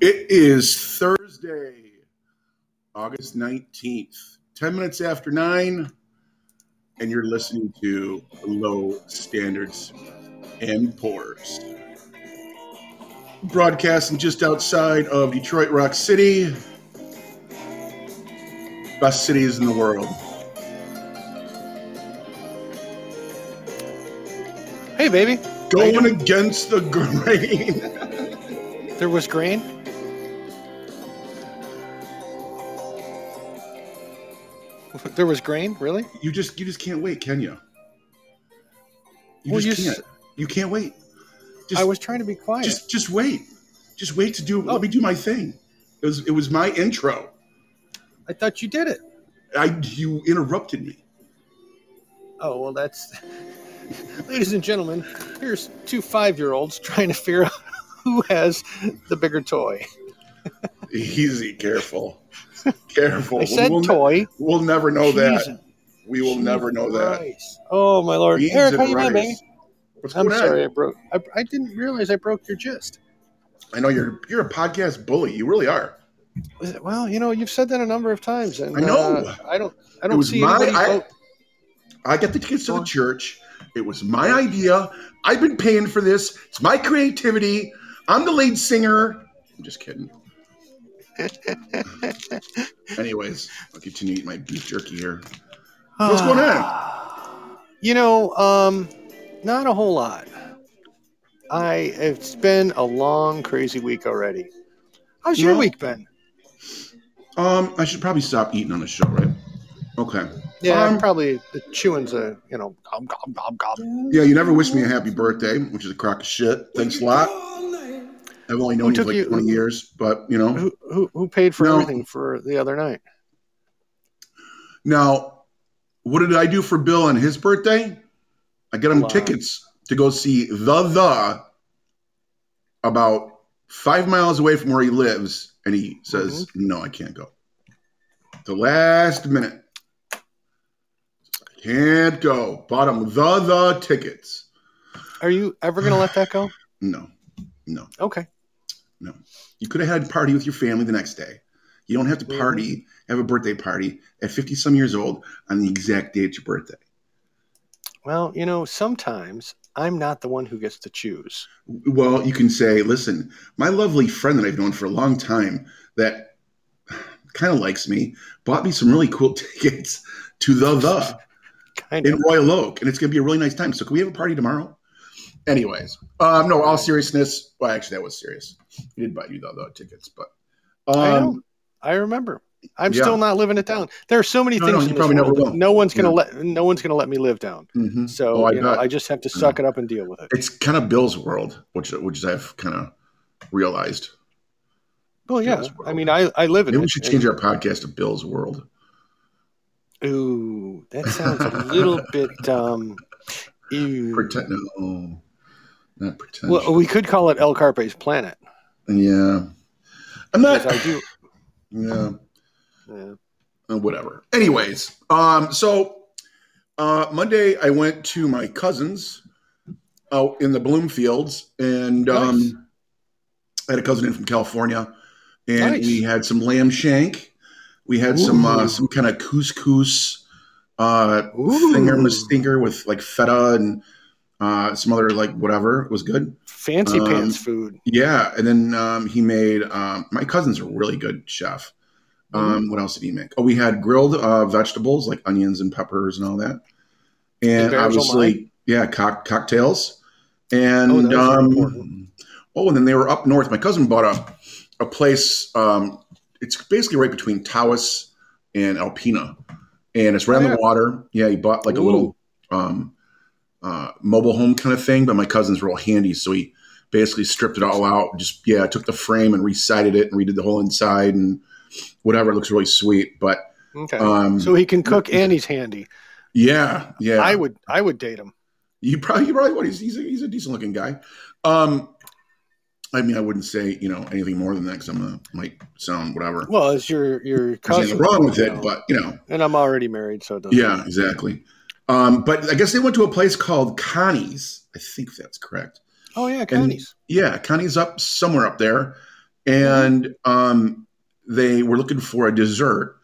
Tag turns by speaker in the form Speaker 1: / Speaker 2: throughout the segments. Speaker 1: It is Thursday, August 19th, 10 minutes after 9, and you're listening to Low Standards and Pours. Broadcasting just outside of Detroit Rock City, best cities in the world.
Speaker 2: Hey, baby.
Speaker 1: Going against the grain.
Speaker 2: There was grain. There was grain, really?
Speaker 1: You just you just can't wait, can you? You
Speaker 2: Well,
Speaker 1: just
Speaker 2: you s-
Speaker 1: can't. you can't wait. Just,
Speaker 2: I was trying to be quiet.
Speaker 1: just just wait. Just wait to do.
Speaker 2: Oh.
Speaker 1: Let me do my thing. It was it was my intro.
Speaker 2: I thought you did it.
Speaker 1: I you interrupted me.
Speaker 2: Oh, well, that's. Ladies and gentlemen, here's two five year olds trying to figure out who has the bigger toy.
Speaker 1: Easy, careful, careful.
Speaker 2: I said
Speaker 1: we'll, ne-
Speaker 2: toy.
Speaker 1: we'll never know that.
Speaker 2: Jesus
Speaker 1: We will never know that.
Speaker 2: Christ. Oh, my Lord.
Speaker 1: Beans
Speaker 2: Eric,
Speaker 1: and
Speaker 2: how you doing,
Speaker 1: rice.
Speaker 2: baby?
Speaker 1: What's
Speaker 2: I'm
Speaker 1: going
Speaker 2: sorry
Speaker 1: on?
Speaker 2: I broke. I, I didn't realize I broke your gist.
Speaker 1: I know you're you're a podcast bully. You really are.
Speaker 2: Was it- Well, you know, you've said that a number of times, and
Speaker 1: I know.
Speaker 2: uh, I don't. I don't
Speaker 1: was
Speaker 2: see
Speaker 1: my-
Speaker 2: anybody
Speaker 1: I-
Speaker 2: vote.
Speaker 1: I got the tickets to
Speaker 2: Go
Speaker 1: the
Speaker 2: on.
Speaker 1: church. It was my idea. I've been paying for this. It's my creativity. I'm the lead singer. I'm just kidding. Anyways, I'll continue eating my beef jerky here. What's going
Speaker 2: on? You know, um, not a whole lot. I it's been a long, crazy week already. How's your
Speaker 1: Yeah.
Speaker 2: week been?
Speaker 1: Um, I should probably stop eating on the show, right? Okay.
Speaker 2: Yeah,
Speaker 1: Um,
Speaker 2: probably the chewing's a you know gob gob gob gob.
Speaker 1: Yeah, you never wish me a happy birthday, which is a crock of shit. Thanks a lot. I've only known you
Speaker 2: took
Speaker 1: for like
Speaker 2: you-
Speaker 1: 20 years, but you know.
Speaker 2: Who, who who paid for
Speaker 1: No.
Speaker 2: everything for the other night?
Speaker 1: Now, what did I do for Bill on his birthday? I got him
Speaker 2: Wow.
Speaker 1: tickets to go see the the about five miles away from where he lives, and he says, "No, I can't go." The last minute, can't go. Bought him the the tickets.
Speaker 2: Are you ever gonna let that go?
Speaker 1: No, no.
Speaker 2: Okay.
Speaker 1: You could have had a party with your family the next day. You don't have to party, have a birthday party at 50 some years old on the exact day it's your birthday.
Speaker 2: Well, you know, sometimes I'm not the one who gets to choose.
Speaker 1: Well, you can say, listen, my lovely friend that I've known for a long time that kind of likes me bought me some really cool tickets to the the
Speaker 2: Kind of.
Speaker 1: in Royal Oak, and it's going to be a really nice time. So, can we have a party tomorrow? Anyways, um, no, all seriousness. Well, actually, that was serious. He did buy you the, the tickets, but
Speaker 2: I know.
Speaker 1: um,
Speaker 2: I remember. I'm
Speaker 1: Yeah.
Speaker 2: still not living it down. There are so many
Speaker 1: No,
Speaker 2: things.
Speaker 1: no,
Speaker 2: in
Speaker 1: you
Speaker 2: this
Speaker 1: probably never
Speaker 2: world that
Speaker 1: will.
Speaker 2: No one's gonna
Speaker 1: Yeah.
Speaker 2: let. No one's gonna let me live down.
Speaker 1: mhm.
Speaker 2: So
Speaker 1: Oh, I
Speaker 2: you know,
Speaker 1: bet.
Speaker 2: I just have to suck it up and deal with it.
Speaker 1: it's kind of Bill's world, which which I've kind of realized.
Speaker 2: Well, yeah.
Speaker 1: Bill's world.
Speaker 2: I mean, I, I live in
Speaker 1: Maybe we
Speaker 2: it.
Speaker 1: should change our podcast to Bill's World.
Speaker 2: Ooh, that sounds a little bit. Um, ew.
Speaker 1: Pretend, no, not pretend.
Speaker 2: Well, we could call it El Carpe's planet.
Speaker 1: yeah, I'm
Speaker 2: 'cause
Speaker 1: not.
Speaker 2: I do.
Speaker 1: yeah,
Speaker 2: yeah.
Speaker 1: uh, whatever. Anyways, um, so uh, Monday I went to my cousins out in the Bloomfields, and
Speaker 2: Nice.
Speaker 1: um, I had a cousin in from California, and
Speaker 2: Nice.
Speaker 1: we had some lamb shank. We had some uh,
Speaker 2: Ooh.
Speaker 1: some kind of couscous. Uh, finger
Speaker 2: Ooh,
Speaker 1: stinker with like feta and uh, some other like whatever It was good.
Speaker 2: fancy
Speaker 1: um,
Speaker 2: pants food.
Speaker 1: Yeah, and then um, he made um, my cousin's a really good chef. Um,
Speaker 2: Mm-hmm.
Speaker 1: What else did he make? Oh, we had grilled uh, vegetables like onions and peppers and all that, and
Speaker 2: Barrels of
Speaker 1: obviously, yeah, cock- cocktails. And
Speaker 2: those are Oh, important.
Speaker 1: um, oh, and then they were up north. My cousin bought a a place. Um, it's basically right between Taos and Alpena, and it's right on
Speaker 2: Yeah.
Speaker 1: the water. Yeah, he bought like a
Speaker 2: Ooh.
Speaker 1: little um, uh, mobile home kind of thing, but my cousins were all handy, so he basically stripped it all out. Just yeah, took the frame and resided it and redid the whole inside and whatever. It looks really sweet, but
Speaker 2: Okay.
Speaker 1: um,
Speaker 2: so he can cook and he's handy.
Speaker 1: yeah, yeah,
Speaker 2: I would. I would date him.
Speaker 1: you probably you probably would. He's he's a, he's a decent looking guy. Um, I mean, I wouldn't say you know anything more than that because I'm a, might sound whatever.
Speaker 2: Well, as your your
Speaker 1: There's
Speaker 2: cousin.
Speaker 1: nothing wrong with
Speaker 2: you
Speaker 1: it,
Speaker 2: know.
Speaker 1: but you know,
Speaker 2: And I'm already married, so it doesn't
Speaker 1: yeah, exactly. Um, but I guess they went to a place called Connie's. I think that's correct.
Speaker 2: Oh yeah, Connie's.
Speaker 1: Yeah, Connie's up somewhere up there, and um, they were looking for a dessert.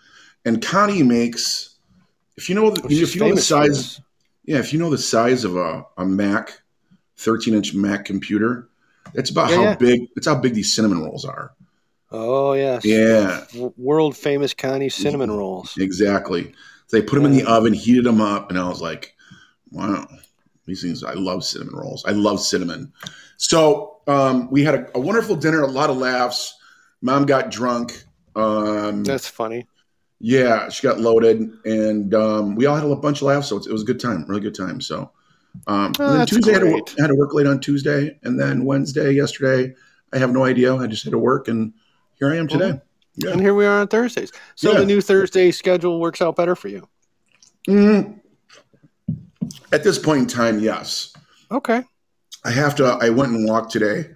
Speaker 1: And Connie makes, if you know, the,
Speaker 2: Well, Oh, she's
Speaker 1: if you know the
Speaker 2: famous for
Speaker 1: size,
Speaker 2: this.
Speaker 1: yeah, if you know the size of a, a Mac, thirteen inch Mac computer, that's about
Speaker 2: Yeah,
Speaker 1: how
Speaker 2: yeah.
Speaker 1: big. That's how big these cinnamon rolls are.
Speaker 2: Oh yes.
Speaker 1: Yeah,
Speaker 2: W- World famous Connie cinnamon rolls.
Speaker 1: exactly. They put them in the
Speaker 2: Yeah.
Speaker 1: oven, heated them up, and I was like, wow, these things. I love cinnamon rolls. I love cinnamon. So um, we had a, a wonderful dinner, a lot of laughs. Mom got drunk. Um,
Speaker 2: That's funny.
Speaker 1: Yeah, she got loaded, and um, we all had a bunch of laughs. So it was a good time, really good time. So, um,
Speaker 2: Oh,
Speaker 1: and then
Speaker 2: that's
Speaker 1: Tuesday I had, to work,
Speaker 2: great.
Speaker 1: I had to work late on Tuesday, and then Wednesday, yesterday, I have no idea. I just had to work, and here I am today. Yeah.
Speaker 2: And here we are on Thursdays. So
Speaker 1: Yeah.
Speaker 2: the new Thursday schedule works out better for you.
Speaker 1: Mm. At this point in time, yes,
Speaker 2: Okay.
Speaker 1: I have to. I went and walked today,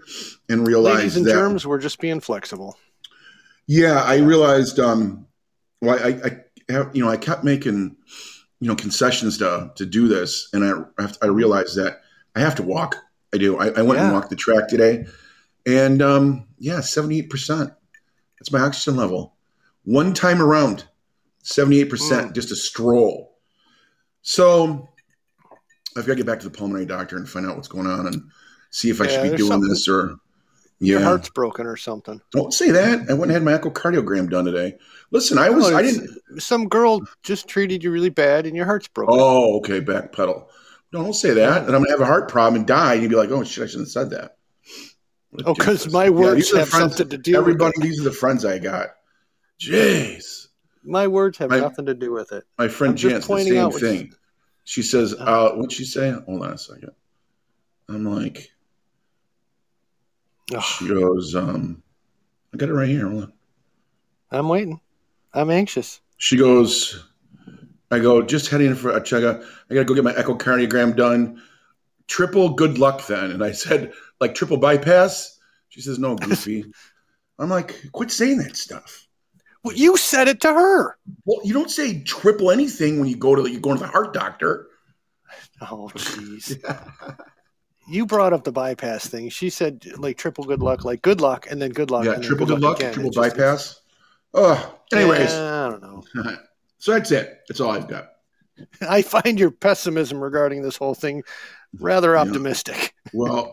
Speaker 1: and realized
Speaker 2: Ladies and
Speaker 1: that.
Speaker 2: germs, we're just being flexible.
Speaker 1: Yeah, I realized. Um, well, I, I, I have, you know, I kept making, you know, concessions to to do this, and I I have to- I realized that I have to walk. I do. I, I went and
Speaker 2: Yeah.
Speaker 1: walked the track today, and um, yeah, seventy eight percent. That's my oxygen level. One time around, seventy eight
Speaker 2: Mm.
Speaker 1: percent, just a stroll. So I've got to get back to the pulmonary doctor and find out what's going on and see if I
Speaker 2: Yeah,
Speaker 1: should be
Speaker 2: there's
Speaker 1: doing
Speaker 2: something-
Speaker 1: this or
Speaker 2: Your
Speaker 1: yeah.
Speaker 2: heart's broken or something.
Speaker 1: Don't say Oh, that. I went and had my echocardiogram done today. Listen, I was,
Speaker 2: Oh,
Speaker 1: I
Speaker 2: it's-
Speaker 1: didn't.
Speaker 2: Some girl just treated you really bad and your heart's broken.
Speaker 1: Oh, okay, backpedal. No, don't say that. And I'm gonna have a heart problem and die. And you'd be like, oh shit, I shouldn't have said that.
Speaker 2: Oh, because
Speaker 1: Ridiculous.
Speaker 2: my
Speaker 1: Yeah,
Speaker 2: words
Speaker 1: these are the
Speaker 2: have
Speaker 1: friends-
Speaker 2: something to do
Speaker 1: Everybody,
Speaker 2: with it.
Speaker 1: these are the friends I got. Jeez,
Speaker 2: My words have
Speaker 1: I-
Speaker 2: nothing to do with it.
Speaker 1: my friend
Speaker 2: I'm just
Speaker 1: Jance, the
Speaker 2: pointing
Speaker 1: same
Speaker 2: out Uh-huh. what's-
Speaker 1: thing. She says, uh, what'd she say? Hold on a second. I'm like,
Speaker 2: Ugh,
Speaker 1: she goes, um, I got it right here. Hold on.
Speaker 2: I'm waiting. I'm anxious.
Speaker 1: She goes, I go, just heading in for a checkup. I got to go get my echocardiogram done. Triple good luck then. And I said, like triple bypass? She says, no, goofy. I'm like, quit saying that stuff.
Speaker 2: Well, you said it to her.
Speaker 1: Well, you don't say triple anything when you go to you're going to the heart doctor.
Speaker 2: Oh, jeez. You brought up the bypass thing. She said like triple good luck, like good luck, and then good luck.
Speaker 1: yeah,
Speaker 2: and then
Speaker 1: triple good luck,
Speaker 2: again.
Speaker 1: triple
Speaker 2: It just-
Speaker 1: bypass. Oh, anyways.
Speaker 2: Yeah, I don't know.
Speaker 1: so that's it. That's all I've got.
Speaker 2: I find your pessimism regarding this whole thing rather
Speaker 1: Yeah.
Speaker 2: optimistic.
Speaker 1: Well,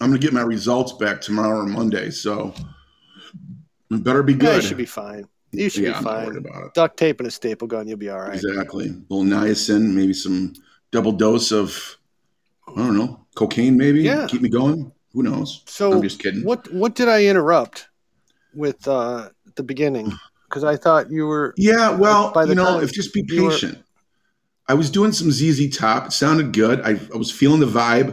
Speaker 1: I'm gonna get my results back tomorrow or Monday, so it better be
Speaker 2: Yeah, you
Speaker 1: good.
Speaker 2: should be fine. You should
Speaker 1: yeah,
Speaker 2: be
Speaker 1: I'm not
Speaker 2: fine.
Speaker 1: worried about it.
Speaker 2: Duct tape and a staple gun, you'll be all right.
Speaker 1: Exactly. A little niacin, maybe some double dose of I don't know, cocaine maybe.
Speaker 2: Yeah.
Speaker 1: Keep me going. Who knows?
Speaker 2: So
Speaker 1: I'm just kidding.
Speaker 2: what what did I interrupt with uh, at the beginning? Because I thought you were
Speaker 1: Yeah, well,
Speaker 2: By the
Speaker 1: you know,
Speaker 2: time
Speaker 1: if just be
Speaker 2: you were-
Speaker 1: patient. I was doing some ZZ Top. It sounded good. I, I was feeling the vibe,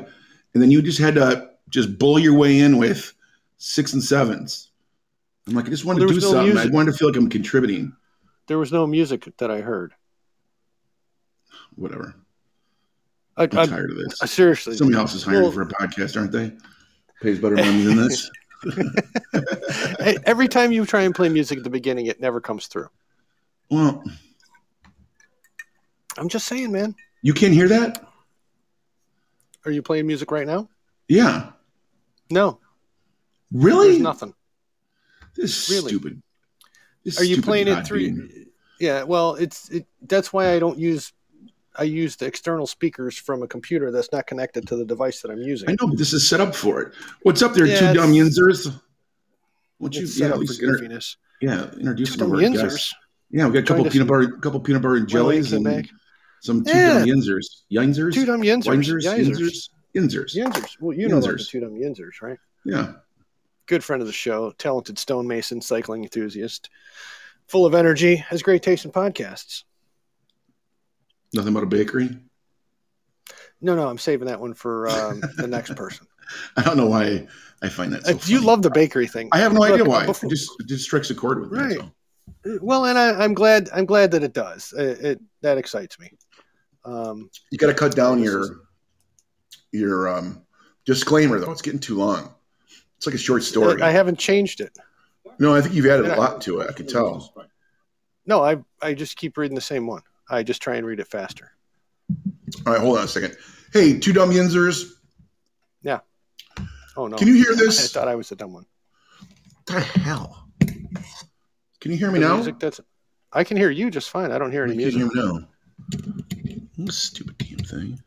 Speaker 1: and then you just had to just bully your way in with six and sevens. I'm like, I just wanted
Speaker 2: Well,
Speaker 1: to
Speaker 2: there
Speaker 1: do
Speaker 2: was no
Speaker 1: something. I
Speaker 2: music.
Speaker 1: wanted to feel like I'm contributing.
Speaker 2: there was no music that I heard.
Speaker 1: Whatever.
Speaker 2: I,
Speaker 1: I'm
Speaker 2: I,
Speaker 1: tired of this.
Speaker 2: I- seriously,
Speaker 1: Somebody else is hiring
Speaker 2: Well-
Speaker 1: for a podcast, aren't they? Pays better money than this.
Speaker 2: Hey, every time you try and play music at the beginning, it never comes through.
Speaker 1: Well,
Speaker 2: I'm just saying, man.
Speaker 1: you can't hear that.
Speaker 2: Are you playing music right now?
Speaker 1: Yeah,
Speaker 2: No,
Speaker 1: really?
Speaker 2: there's nothing.
Speaker 1: This is
Speaker 2: Really?
Speaker 1: stupid. This
Speaker 2: Are you
Speaker 1: stupid
Speaker 2: playing it
Speaker 1: Podbean.
Speaker 2: through? Yeah, well, it's it, that's why I don't use I use the external speakers from a computer that's not connected to the device that I'm using.
Speaker 1: I know, but this is set up for it. What's up there,
Speaker 2: Yeah,
Speaker 1: two
Speaker 2: it's-
Speaker 1: dumb yinzers? Won't you,
Speaker 2: It's
Speaker 1: yeah,
Speaker 2: set
Speaker 1: at
Speaker 2: up for
Speaker 1: least inter-
Speaker 2: goofiness.
Speaker 1: yeah, introduce
Speaker 2: Two
Speaker 1: some
Speaker 2: dumb
Speaker 1: of our guests.
Speaker 2: yinzers.
Speaker 1: Yeah, we got a couple
Speaker 2: Joined us-
Speaker 1: peanut butter, couple peanut butter and
Speaker 2: Well, they
Speaker 1: jellies,
Speaker 2: came
Speaker 1: and
Speaker 2: back.
Speaker 1: some two
Speaker 2: Yeah.
Speaker 1: dumb yinzers, yinzers,
Speaker 2: Two dumb yinzers.
Speaker 1: yinzers,
Speaker 2: Yinzers.
Speaker 1: yinzers, yinzers. Yeah.
Speaker 2: Yinzers. Well, you know about the
Speaker 1: Yinzers.
Speaker 2: two dumb yinzers, right? Good friend of the show, talented stonemason, cycling enthusiast, full of energy, has great taste in podcasts.
Speaker 1: nothing but a bakery.
Speaker 2: No, no, I'm saving that one for um, the next person.
Speaker 1: I don't know why I find that. So
Speaker 2: Uh, you
Speaker 1: funny.
Speaker 2: love the bakery thing,
Speaker 1: I have no
Speaker 2: Look,
Speaker 1: idea why.
Speaker 2: before-
Speaker 1: it just it just strikes a chord with me. that's
Speaker 2: Right.
Speaker 1: all.
Speaker 2: well, and I, I'm glad. I'm glad that it does. It, it that excites me. Um,
Speaker 1: You got to cut down
Speaker 2: This
Speaker 1: your your um, disclaimer though. It's getting too long. It's like a short story.
Speaker 2: Uh, I haven't changed it.
Speaker 1: no, I think you've added
Speaker 2: Yeah.
Speaker 1: a lot to it. I can tell.
Speaker 2: No, I I just keep reading the same one. I just try and read it faster.
Speaker 1: All right, hold on a second. Hey, two dumb yinzers,
Speaker 2: Oh no!
Speaker 1: can you hear
Speaker 2: Oh, I
Speaker 1: this?
Speaker 2: thought I was the dumb one.
Speaker 1: the hell? Can you hear me
Speaker 2: The
Speaker 1: now?
Speaker 2: music that's I can hear you just fine. I don't hear
Speaker 1: I
Speaker 2: any
Speaker 1: can
Speaker 2: music.
Speaker 1: hear me now. Mm, Stupid damn thing.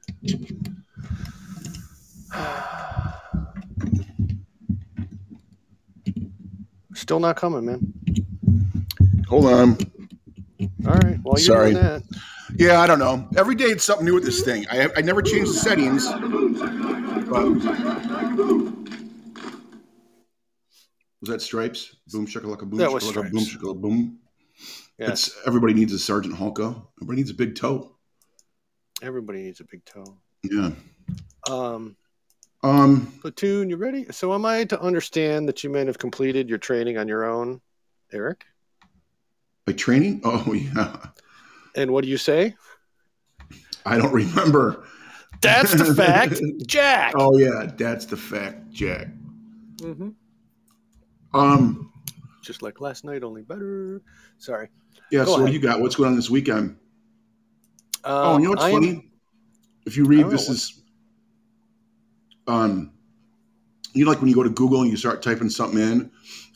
Speaker 2: Still not coming, man.
Speaker 1: Hold on.
Speaker 2: All right. While you're
Speaker 1: Sorry.
Speaker 2: doing that,
Speaker 1: Yeah, I don't know. Every day it's something new with this thing. I, I never change the settings. But... Was that Stripes? Boom shakalaka boom
Speaker 2: That was
Speaker 1: shakalaka boom
Speaker 2: Stripes.
Speaker 1: shakalaka boom.
Speaker 2: yeah,
Speaker 1: That's everybody needs a Sergeant Hulka. Everybody needs a big toe.
Speaker 2: everybody needs a big toe.
Speaker 1: Yeah.
Speaker 2: Um,
Speaker 1: Um.
Speaker 2: platoon, you ready? So, am I to understand that you men have completed your training on your own, Eric?
Speaker 1: By training? Oh yeah.
Speaker 2: And what do you say?
Speaker 1: I don't remember.
Speaker 2: That's the fact, Jack.
Speaker 1: Oh yeah, that's the fact, Jack.
Speaker 2: hmm
Speaker 1: Um.
Speaker 2: Just like last night, only better. Sorry.
Speaker 1: Yeah.
Speaker 2: Go
Speaker 1: so what
Speaker 2: ahead.
Speaker 1: you got? What's going on this weekend?
Speaker 2: Um,
Speaker 1: Oh, you know what's
Speaker 2: I am-
Speaker 1: funny? If you
Speaker 2: I
Speaker 1: read
Speaker 2: don't
Speaker 1: this
Speaker 2: know.
Speaker 1: is um you know like when you go to Google and you start typing something in,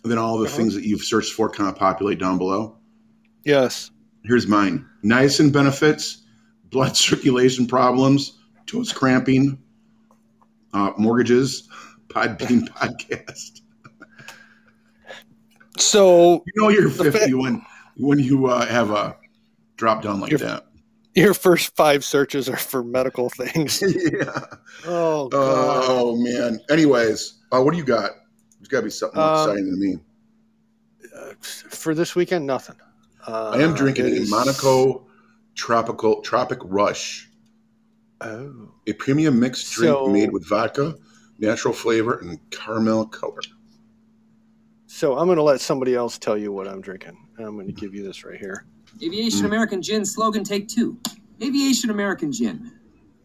Speaker 1: and then all the
Speaker 2: Uh-huh.
Speaker 1: things that you've searched for kind of populate down below.
Speaker 2: Yes.
Speaker 1: Here's mine. Niacin benefits, blood circulation problems, toes cramping, uh, mortgages, Podbean podcast.
Speaker 2: So
Speaker 1: You know you're
Speaker 2: The fa-
Speaker 1: 50 when when you uh, have a drop down like
Speaker 2: You're-
Speaker 1: that.
Speaker 2: your first five searches are for medical things.
Speaker 1: yeah.
Speaker 2: Oh God.
Speaker 1: Oh man. Anyways, uh, what do you got? There's got to be something more
Speaker 2: Um,
Speaker 1: exciting than me.
Speaker 2: Uh, for this weekend, nothing. Uh,
Speaker 1: I am drinking
Speaker 2: it
Speaker 1: a
Speaker 2: is-
Speaker 1: Monaco Tropical Tropic Rush,
Speaker 2: Oh,
Speaker 1: a premium mixed drink
Speaker 2: So-
Speaker 1: made with vodka, natural flavor, and caramel color.
Speaker 2: so I'm going to let somebody else tell you what I'm drinking. I'm going to give you this right here.
Speaker 1: Mm.
Speaker 3: Aviation American Gin slogan take two. Aviation American Gin.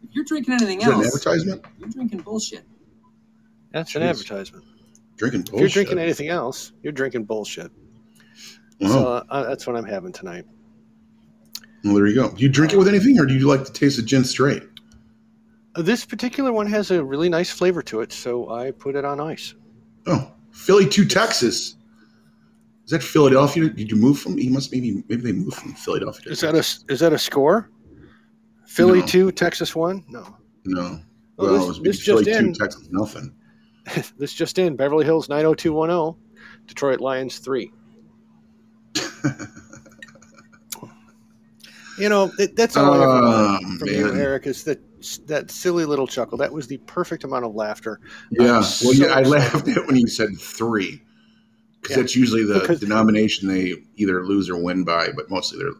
Speaker 3: If you're drinking anything
Speaker 1: Is that an
Speaker 3: else,
Speaker 1: advertisement?
Speaker 3: you're drinking bullshit.
Speaker 2: That's an
Speaker 1: Jeez.
Speaker 2: advertisement.
Speaker 1: Drinking bullshit. Oh.
Speaker 2: If you're drinking anything else, you're drinking bullshit. So
Speaker 1: Wow.
Speaker 2: uh, that's what I'm having tonight.
Speaker 1: Well, there you go. Do you drink it with anything, or do you like to taste the gin straight?
Speaker 2: Uh, This particular one has a really nice flavor to it, so I put it on ice.
Speaker 1: Oh, Philly to Texas. Is that Philadelphia? Did you move from? He must maybe maybe they moved from Philadelphia. to
Speaker 2: Is that a
Speaker 1: Texas.
Speaker 2: is that a score? Philly
Speaker 1: No.
Speaker 2: two, Texas one. No,
Speaker 1: no? Well,
Speaker 2: Well, Oh, this-
Speaker 1: it was
Speaker 2: this
Speaker 1: Philly
Speaker 2: just
Speaker 1: to
Speaker 2: in.
Speaker 1: Texas. Nothing.
Speaker 2: this just in: Beverly Hills nine hundred two one zero, Detroit Lions three. you know it, that's all I ever wanted
Speaker 1: Oh,
Speaker 2: from you,
Speaker 1: man.
Speaker 2: Eric. Is that that silly little chuckle? That was the perfect amount of laughter.
Speaker 1: Yeah.
Speaker 2: I'm
Speaker 1: well,
Speaker 2: so
Speaker 1: yeah, I laughed
Speaker 2: excited.
Speaker 1: at when you said three, because
Speaker 2: Yeah.
Speaker 1: that's usually the
Speaker 2: Because-
Speaker 1: denomination they either lose or win by, but mostly they're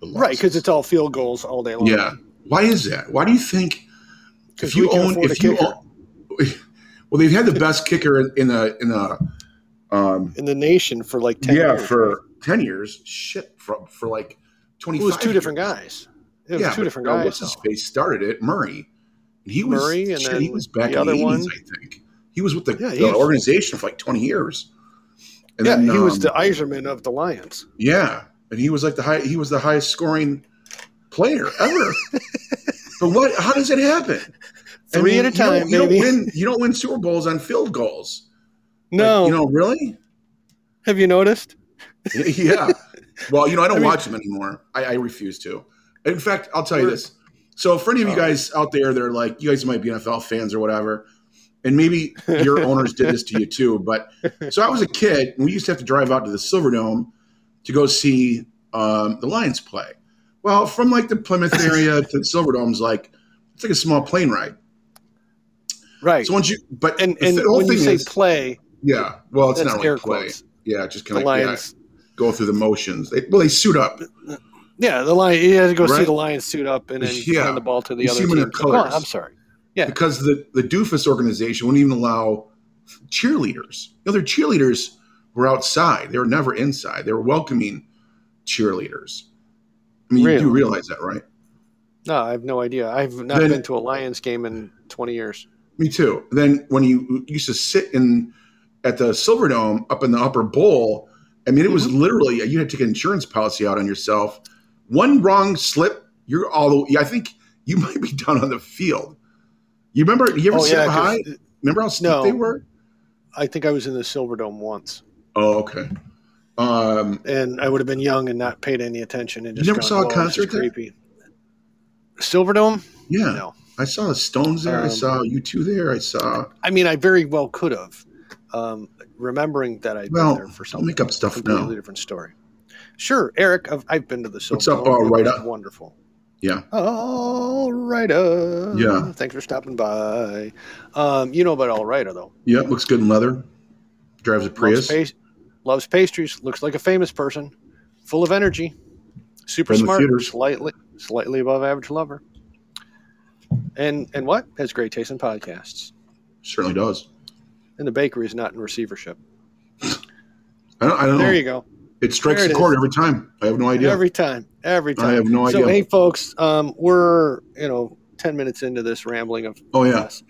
Speaker 1: the losses.
Speaker 2: Right, because it's all field goals all day long.
Speaker 1: yeah. Why is that? Why do you think
Speaker 2: because
Speaker 1: if
Speaker 2: we
Speaker 1: you
Speaker 2: can
Speaker 1: own
Speaker 2: afford a
Speaker 1: if you
Speaker 2: kicker
Speaker 1: own, well they've had the best kicker in the in the um
Speaker 2: in the nation for like ten
Speaker 1: yeah
Speaker 2: years.
Speaker 1: for ten years shit for for like twenty
Speaker 2: it was two different guys. It was
Speaker 1: yeah
Speaker 2: two
Speaker 1: but,
Speaker 2: different
Speaker 1: uh,
Speaker 2: guys.
Speaker 1: what's his
Speaker 2: though.
Speaker 1: face started it Murray and he was
Speaker 2: Murray, and
Speaker 1: shit,
Speaker 2: then
Speaker 1: he was back
Speaker 2: the
Speaker 1: in the
Speaker 2: other
Speaker 1: eighties
Speaker 2: one.
Speaker 1: I think he was with the,
Speaker 2: Yeah, he
Speaker 1: the
Speaker 2: was-
Speaker 1: organization for like twenty years and
Speaker 2: yeah, he was
Speaker 1: um,
Speaker 2: the Iserman of the Lions.
Speaker 1: Yeah, and he was like the high. He was the highest scoring player ever. but what? How does it happen? I
Speaker 2: Three
Speaker 1: mean,
Speaker 2: at a
Speaker 1: you don't-
Speaker 2: time,
Speaker 1: You don't,
Speaker 2: maybe.
Speaker 1: win. You don't win Super Bowls on field goals.
Speaker 2: No,
Speaker 1: Like, you know, really?
Speaker 2: have you noticed?
Speaker 1: yeah. Well, you know, I don't
Speaker 2: I mean-
Speaker 1: watch them anymore. I, I refuse to. In fact, I'll tell you this. So, for any of you
Speaker 2: Oh.
Speaker 1: guys out there, they're like, you guys might be NFL fans or whatever, and maybe your owners did this to you too. But so I was a kid, and we used to have to drive out to the Silverdome to go see um, the Lions play. Well, from like the Plymouth area to the Silverdome's like it's like a small plane ride.
Speaker 2: Right,
Speaker 1: So once you, but
Speaker 2: and
Speaker 1: the
Speaker 2: and
Speaker 1: whole
Speaker 2: when you
Speaker 1: thing
Speaker 2: say
Speaker 1: is-
Speaker 2: play,
Speaker 1: yeah, well, it's
Speaker 2: that's
Speaker 1: not really
Speaker 2: air
Speaker 1: play.
Speaker 2: quotes.
Speaker 1: Yeah, just
Speaker 2: The
Speaker 1: kind of yeah,
Speaker 2: Lions,
Speaker 1: go through the motions. They, well, they suit up.
Speaker 2: yeah, the lion. You had to go see
Speaker 1: Right.
Speaker 2: the Lions suit up and then
Speaker 1: Yeah.
Speaker 2: hand the ball to the
Speaker 1: You
Speaker 2: other
Speaker 1: see them
Speaker 2: team.
Speaker 1: in their
Speaker 2: Come on,
Speaker 1: colours.
Speaker 2: I'm sorry.
Speaker 1: because the, the doofus organization wouldn't even allow cheerleaders. You know, their cheerleaders were outside. They were never inside. They were welcoming cheerleaders. I mean, you do
Speaker 2: Really?
Speaker 1: realize that, right?
Speaker 2: No, I have no idea. I've not
Speaker 1: Then-
Speaker 2: been to a Lions game in 20 years.
Speaker 1: Me too. Then when you used to sit in at the Silverdome up in the upper bowl, I mean, it
Speaker 2: Mm-hmm.
Speaker 1: was literally you had to take an insurance policy out on yourself. One wrong slip, you're all the. yeah, I think you might be down on the field. You remember? You ever sit
Speaker 2: Oh, 'cause
Speaker 1: high? Remember how steep
Speaker 2: No.
Speaker 1: they were?
Speaker 2: I think I was in the Silverdome once.
Speaker 1: Oh, okay. Um,
Speaker 2: and I would have been young and not paid any attention. And
Speaker 1: You
Speaker 2: just
Speaker 1: never
Speaker 2: gone,
Speaker 1: saw a
Speaker 2: "Oh, this is
Speaker 1: concert there?"
Speaker 2: Creepy. Silverdome?
Speaker 1: yeah,
Speaker 2: No.
Speaker 1: I saw the Stones there. I
Speaker 2: Um,
Speaker 1: saw you two there. I saw.
Speaker 2: I mean, I very well could have. Um, remembering that I've
Speaker 1: Well,
Speaker 2: been there for
Speaker 1: Don't
Speaker 2: something.
Speaker 1: make up stuff
Speaker 2: completely
Speaker 1: now.
Speaker 2: different story. Sure, Eric, I've, I've been to the Silverdome.
Speaker 1: What's up, all
Speaker 2: It
Speaker 1: right
Speaker 2: was
Speaker 1: up?
Speaker 2: Wonderful.
Speaker 1: Yeah.
Speaker 2: All right. Uh,
Speaker 1: Yeah.
Speaker 2: Thanks for stopping by. Um, you know about all right, though.
Speaker 1: Yep. Looks good in leather. Drives a
Speaker 2: Loves,
Speaker 1: Prius.
Speaker 2: pas- loves pastries. Looks like a famous person. Full of energy. Super
Speaker 1: Been to
Speaker 2: smart.
Speaker 1: theaters.
Speaker 2: Slightly, slightly above average lover. And and what has great taste in podcasts?
Speaker 1: Certainly does.
Speaker 2: And the bakery is not in receivership.
Speaker 1: I don't, I don't
Speaker 2: There
Speaker 1: know.
Speaker 2: you go.
Speaker 1: It strikes
Speaker 2: there it
Speaker 1: the
Speaker 2: is.
Speaker 1: chord every time. I have no idea.
Speaker 2: Every time. Every time.
Speaker 1: I have no
Speaker 2: so
Speaker 1: idea.
Speaker 2: hey, folks, um, we're you know ten minutes into this rambling of
Speaker 1: oh yeah,
Speaker 2: us.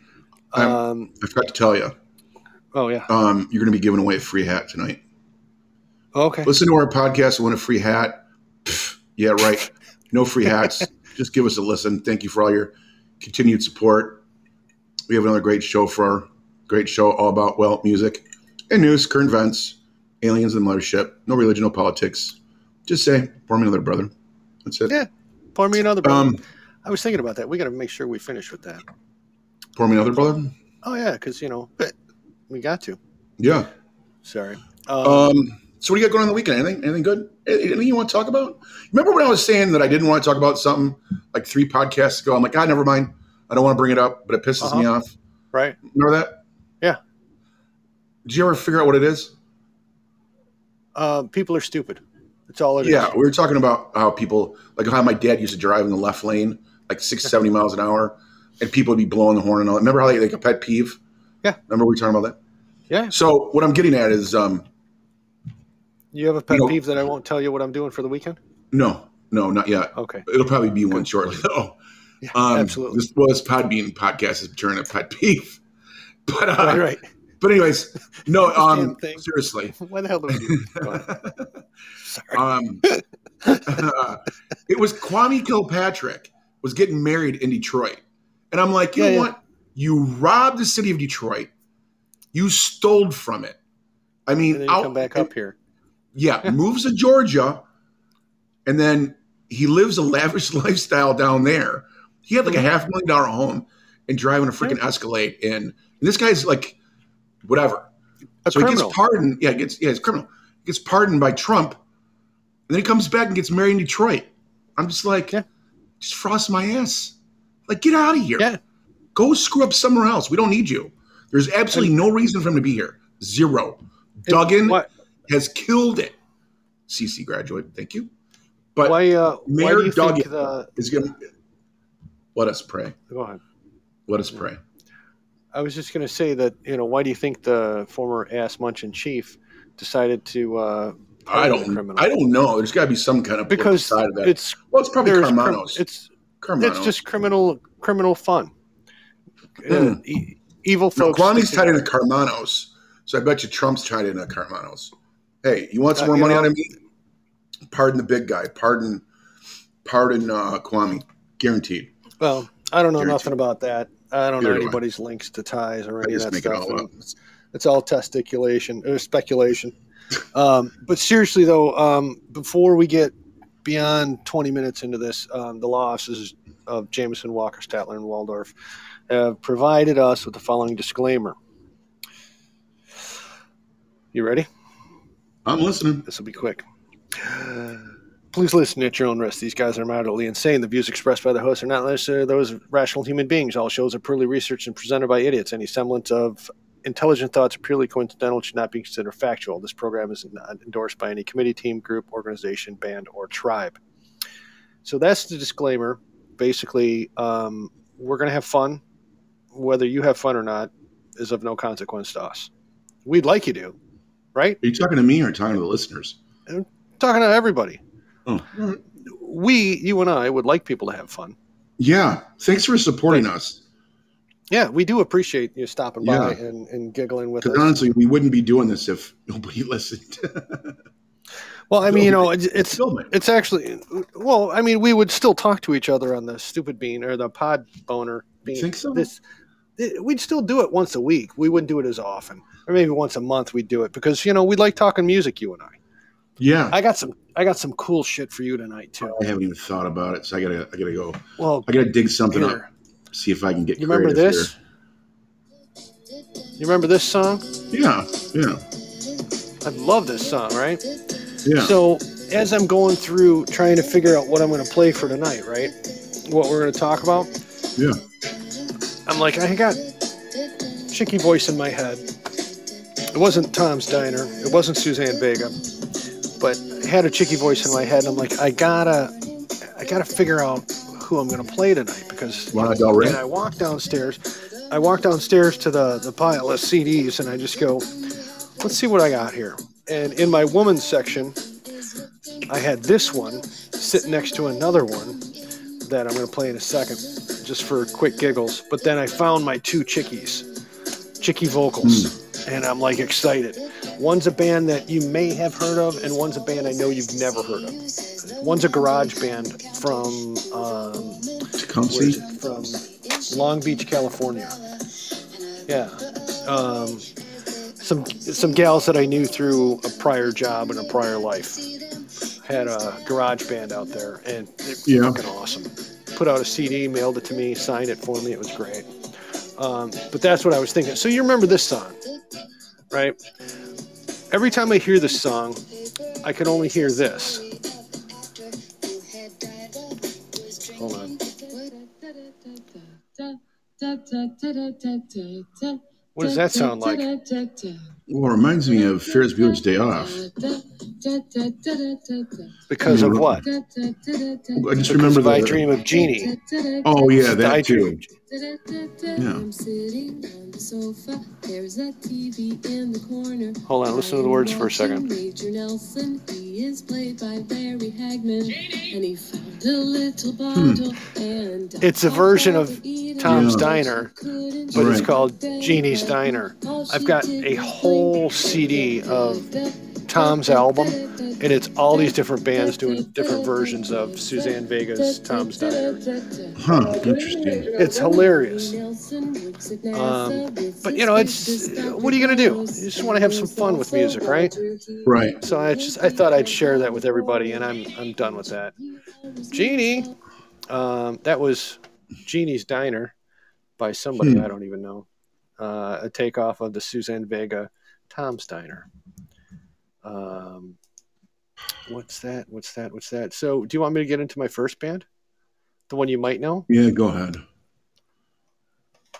Speaker 1: I'm-
Speaker 2: Um,
Speaker 1: I forgot to tell you.
Speaker 2: oh yeah.
Speaker 1: Um, you're going to be giving away a free hat tonight.
Speaker 2: Okay.
Speaker 1: Listen to our podcast and win a free hat. Pfft, yeah, right. No free hats. Just give us a listen. Thank you for all your continued support. We have another great show for our great show all about well music and news, current events, aliens and mothership. No religion, no politics. Just say, pour me another brother. That's it.
Speaker 2: Yeah, Pour me another. Bourbon.
Speaker 1: Um,
Speaker 2: I was thinking about that. We got to make sure we finish with that.
Speaker 1: pour me another brother.
Speaker 2: Oh yeah, because you know but we got to.
Speaker 1: Yeah.
Speaker 2: Sorry.
Speaker 1: Um, so what do you got going on the weekend? Anything? Anything good? Anything you want to talk about? Remember when I was saying that I didn't want to talk about something like three podcasts ago? I'm like, ah, never mind. I don't want to bring it up, but it pisses me off.
Speaker 2: right.
Speaker 1: Remember that?
Speaker 2: Uh-huh. Yeah.
Speaker 1: Did you ever figure out what it is?
Speaker 2: Uh, people are stupid. That's all it is.
Speaker 1: yeah, we were talking about how people, like how my dad used to drive in the left lane, like 60, 70 miles an hour, and people would be blowing the horn and all. that. Remember how they like a pet peeve?
Speaker 2: Yeah.
Speaker 1: Remember we were talking about that?
Speaker 2: Yeah.
Speaker 1: So what I'm getting at is, um,
Speaker 2: You have a pet
Speaker 1: You know-
Speaker 2: peeve that I won't tell you what I'm doing for the weekend.
Speaker 1: no, no, not yet.
Speaker 2: Okay.
Speaker 1: It'll probably be one shortly, though.
Speaker 2: Yeah,
Speaker 1: Um,
Speaker 2: absolutely.
Speaker 1: This, well, this Podbean podcast is turning a pet peeve. But uh,
Speaker 2: Right. Right.
Speaker 1: but anyways, no.
Speaker 2: Damn
Speaker 1: Um,
Speaker 2: thing.
Speaker 1: seriously.
Speaker 2: Why the hell do we do? that? Go on. Sorry.
Speaker 1: um, it was Kwame Kilpatrick was getting married in Detroit, and I'm like, you
Speaker 2: Yeah,
Speaker 1: know
Speaker 2: yeah.
Speaker 1: what? You robbed the city of Detroit. You stole from it. I mean,
Speaker 2: and then you
Speaker 1: out-
Speaker 2: come back up here.
Speaker 1: yeah, moves to Georgia, and then he lives a lavish lifestyle down there. He had like a half million dollar home and driving a freaking Escalade, and, and this guy's like, whatever.
Speaker 2: A
Speaker 1: so he
Speaker 2: criminal.
Speaker 1: gets pardoned. Yeah, he gets yeah, he's a criminal. He gets pardoned by Trump, and then he comes back and gets married in Detroit. I'm just like,
Speaker 2: Yeah.
Speaker 1: just frost my ass. Like, get out of here.
Speaker 2: Yeah.
Speaker 1: Go screw up somewhere else. We don't need you. There's absolutely no reason for him to be here. Zero. Duggan
Speaker 2: Why?
Speaker 1: has killed it. CC graduate, thank you. But
Speaker 2: Why? Uh, why
Speaker 1: Mayor
Speaker 2: do you think
Speaker 1: Duggan-
Speaker 2: the?
Speaker 1: is gonna let us pray.
Speaker 2: Go ahead.
Speaker 1: Let us pray.
Speaker 2: I was just going to say that you know why do you think the former ass munchin chief decided to? Uh,
Speaker 1: I
Speaker 2: pardon the
Speaker 1: don't.
Speaker 2: criminal?
Speaker 1: I don't know. There's got to be some kind of political
Speaker 2: Because
Speaker 1: side of that.
Speaker 2: It's
Speaker 1: well, it's probably
Speaker 2: there's crim-
Speaker 1: Carmanos.
Speaker 2: it's
Speaker 1: Carmano.
Speaker 2: it's just criminal criminal fun. Uh,
Speaker 1: Mm.
Speaker 2: e- evil
Speaker 1: No,
Speaker 2: folks.
Speaker 1: Kwame's
Speaker 2: do
Speaker 1: tied
Speaker 2: that.
Speaker 1: into Carmanos, so I bet you Trump's tied into Carmanos. Hey, you want some
Speaker 2: Uh,
Speaker 1: more
Speaker 2: you
Speaker 1: money
Speaker 2: know-
Speaker 1: out of me? Pardon the big guy. Pardon, pardon uh, Kwame. Guaranteed.
Speaker 2: Well, I don't know
Speaker 1: Guaranteed.
Speaker 2: nothing about that. I don't know
Speaker 1: Neither do I.
Speaker 2: anybody's links to ties or
Speaker 1: I
Speaker 2: any of
Speaker 1: just
Speaker 2: that
Speaker 1: make it
Speaker 2: stuff.
Speaker 1: all up.
Speaker 2: and It's all testiculation or speculation. um, but seriously, though, um, before we get beyond 20 minutes into this, um, the law offices of Jameson, Walker, Statler, and Waldorf have provided us with the following disclaimer. You ready?
Speaker 1: I'm listening.
Speaker 2: This will be quick. Please listen at your own risk. These guys are moderately insane. The views expressed by the hosts are not necessarily those of rational human beings. All shows are purely researched and presented by idiots. Any semblance of intelligent thoughts are purely coincidental and should not be considered factual. This program is not endorsed by any committee, team, group, organization, band, or tribe. So that's the disclaimer. Basically, um, we're going to have fun. Whether you have fun or not is of no consequence to us. We'd like you to, right?
Speaker 1: Are you talking to me or talking to the listeners?
Speaker 2: Talking to everybody.
Speaker 1: Oh, all right.
Speaker 2: we, you and I, would like people to have fun.
Speaker 1: Yeah. Thanks for supporting us.
Speaker 2: Yeah, we do appreciate you stopping by and, and giggling with us.
Speaker 1: Because honestly, we wouldn't be doing this if nobody listened.
Speaker 2: well, I mean, you know, it's it's,
Speaker 1: filming.
Speaker 2: it's actually well, I mean, we would still talk to each other on the stupid bean or the pod boner bean.
Speaker 1: think so?
Speaker 2: This, it- we'd still do it once a week. We wouldn't do it as often. or maybe once a month we do it because you know we like talking music, you and I.
Speaker 1: Yeah, I,
Speaker 2: I got some I got some cool shit for you tonight too.
Speaker 1: haven't even thought about it, so I gotta I gotta go.
Speaker 2: Well,
Speaker 1: I gotta dig something up.
Speaker 2: here,
Speaker 1: See if I can get.
Speaker 2: you remember
Speaker 1: creative
Speaker 2: this? You remember this song?
Speaker 1: Here. Yeah, yeah,
Speaker 2: I love this song, right?
Speaker 1: yeah.
Speaker 2: So as I'm going through trying to figure out what I'm going to play for tonight, right? What we're going to talk about.
Speaker 1: Yeah.
Speaker 2: I'm like, I got Chicky voice in my head. It wasn't Tom's Diner. It wasn't Suzanne Vega, but I had a Chicky voice in my head. And I'm like, I gotta, I gotta figure out who I'm going to play tonight because.
Speaker 1: Lana Del Rey.
Speaker 2: And I walk downstairs. I walk downstairs to the the pile of CDs, and I just go, let's see what I got here. And in my woman's section, I had this one sitting next to another one that I'm going to play in a second, just for quick giggles. But then I found my two chickies, chickie vocals, and I'm like excited. One's a band that you may have heard of, and one's a band I know you've never heard of. One's a garage band from um, where
Speaker 1: Tecumseh.
Speaker 2: is it? from Long Beach, California. Yeah, um, some some gals that I knew through a prior job and a prior life had a garage band out there, and they're
Speaker 1: Yeah.
Speaker 2: fucking awesome. Put out a CD, mailed it to me, signed it for me. It was great. Um, but that's what I was thinking. So you remember this song, right? Every time I hear this song, I can only hear this. Hold on.
Speaker 4: What does that sound like?
Speaker 1: Well, it reminds me of Ferris Bueller's Day Off.
Speaker 2: Because of what?
Speaker 1: I just
Speaker 2: Because
Speaker 1: remember
Speaker 2: of
Speaker 1: the.
Speaker 2: I Dream of Jeannie.
Speaker 4: Oh.
Speaker 1: Oh yeah, that
Speaker 2: I
Speaker 1: too.
Speaker 2: Dream of
Speaker 4: I'm sitting on the sofa. There's a TV in the corner.
Speaker 2: Hold on, listen to the words for a second.
Speaker 4: Major Nelson, he is played by Barry Hagman. And he found a little bottle and
Speaker 2: It's a version of Tom's Diner,
Speaker 4: Couldn't
Speaker 2: but it's
Speaker 1: Right.
Speaker 2: called Jeannie's Diner. I've got a whole CD of Tom's album, and it's all these different bands doing different versions of Suzanne Vega's Tom's Diner.
Speaker 1: Huh. Interesting.
Speaker 2: It's hilarious.
Speaker 4: Um, but you know, it's uh, what are you gonna do? You just want to have some fun with music, right?
Speaker 1: Right.
Speaker 2: So I just I thought I'd share that with everybody, and I'm I'm done with that. Jeannie, um, that was Jeannie's Diner by somebody
Speaker 1: Hmm.
Speaker 2: I don't even know. Uh, a takeoff of the Suzanne Vega Tom's Diner. Um, what's that? What's that? What's that? So, do you want me to get into my first band? The one you might know?
Speaker 1: Yeah. Go ahead.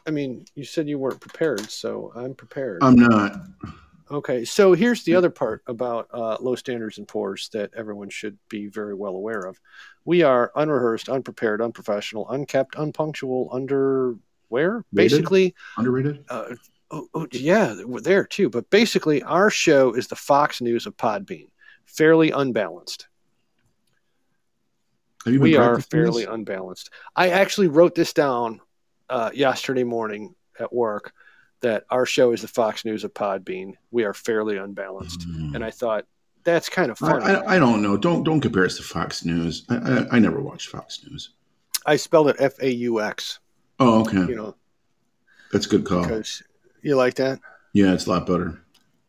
Speaker 2: I mean, you said you weren't prepared, so I'm prepared.
Speaker 1: I'm not.
Speaker 2: Okay, so here's the other part about uh, low standards and pours that everyone should be very well aware of. We are unrehearsed, unprepared, unprofessional, unkept, unpunctual, underwear.
Speaker 1: Rated?
Speaker 2: Basically,
Speaker 1: Underrated.
Speaker 2: uh, oh, oh, yeah, we're there too. But basically, our show is the Fox News of Podbean, fairly unbalanced.
Speaker 1: Have you been
Speaker 2: We are
Speaker 1: practicing this?
Speaker 2: fairly unbalanced. I actually wrote this down uh, yesterday morning at work that our show is the Fox News of Podbean. We are fairly unbalanced
Speaker 1: Mm.
Speaker 2: and I thought that's kind of
Speaker 1: I,
Speaker 2: funny. I,
Speaker 1: I, I don't know. Don't don't compare us to Fox News. I, I, I never watched Fox News.
Speaker 2: spelled it F A U X,
Speaker 1: Oh, okay.
Speaker 2: you know,
Speaker 1: That's a good call.
Speaker 2: because you like that.
Speaker 1: Yeah, it's a lot better.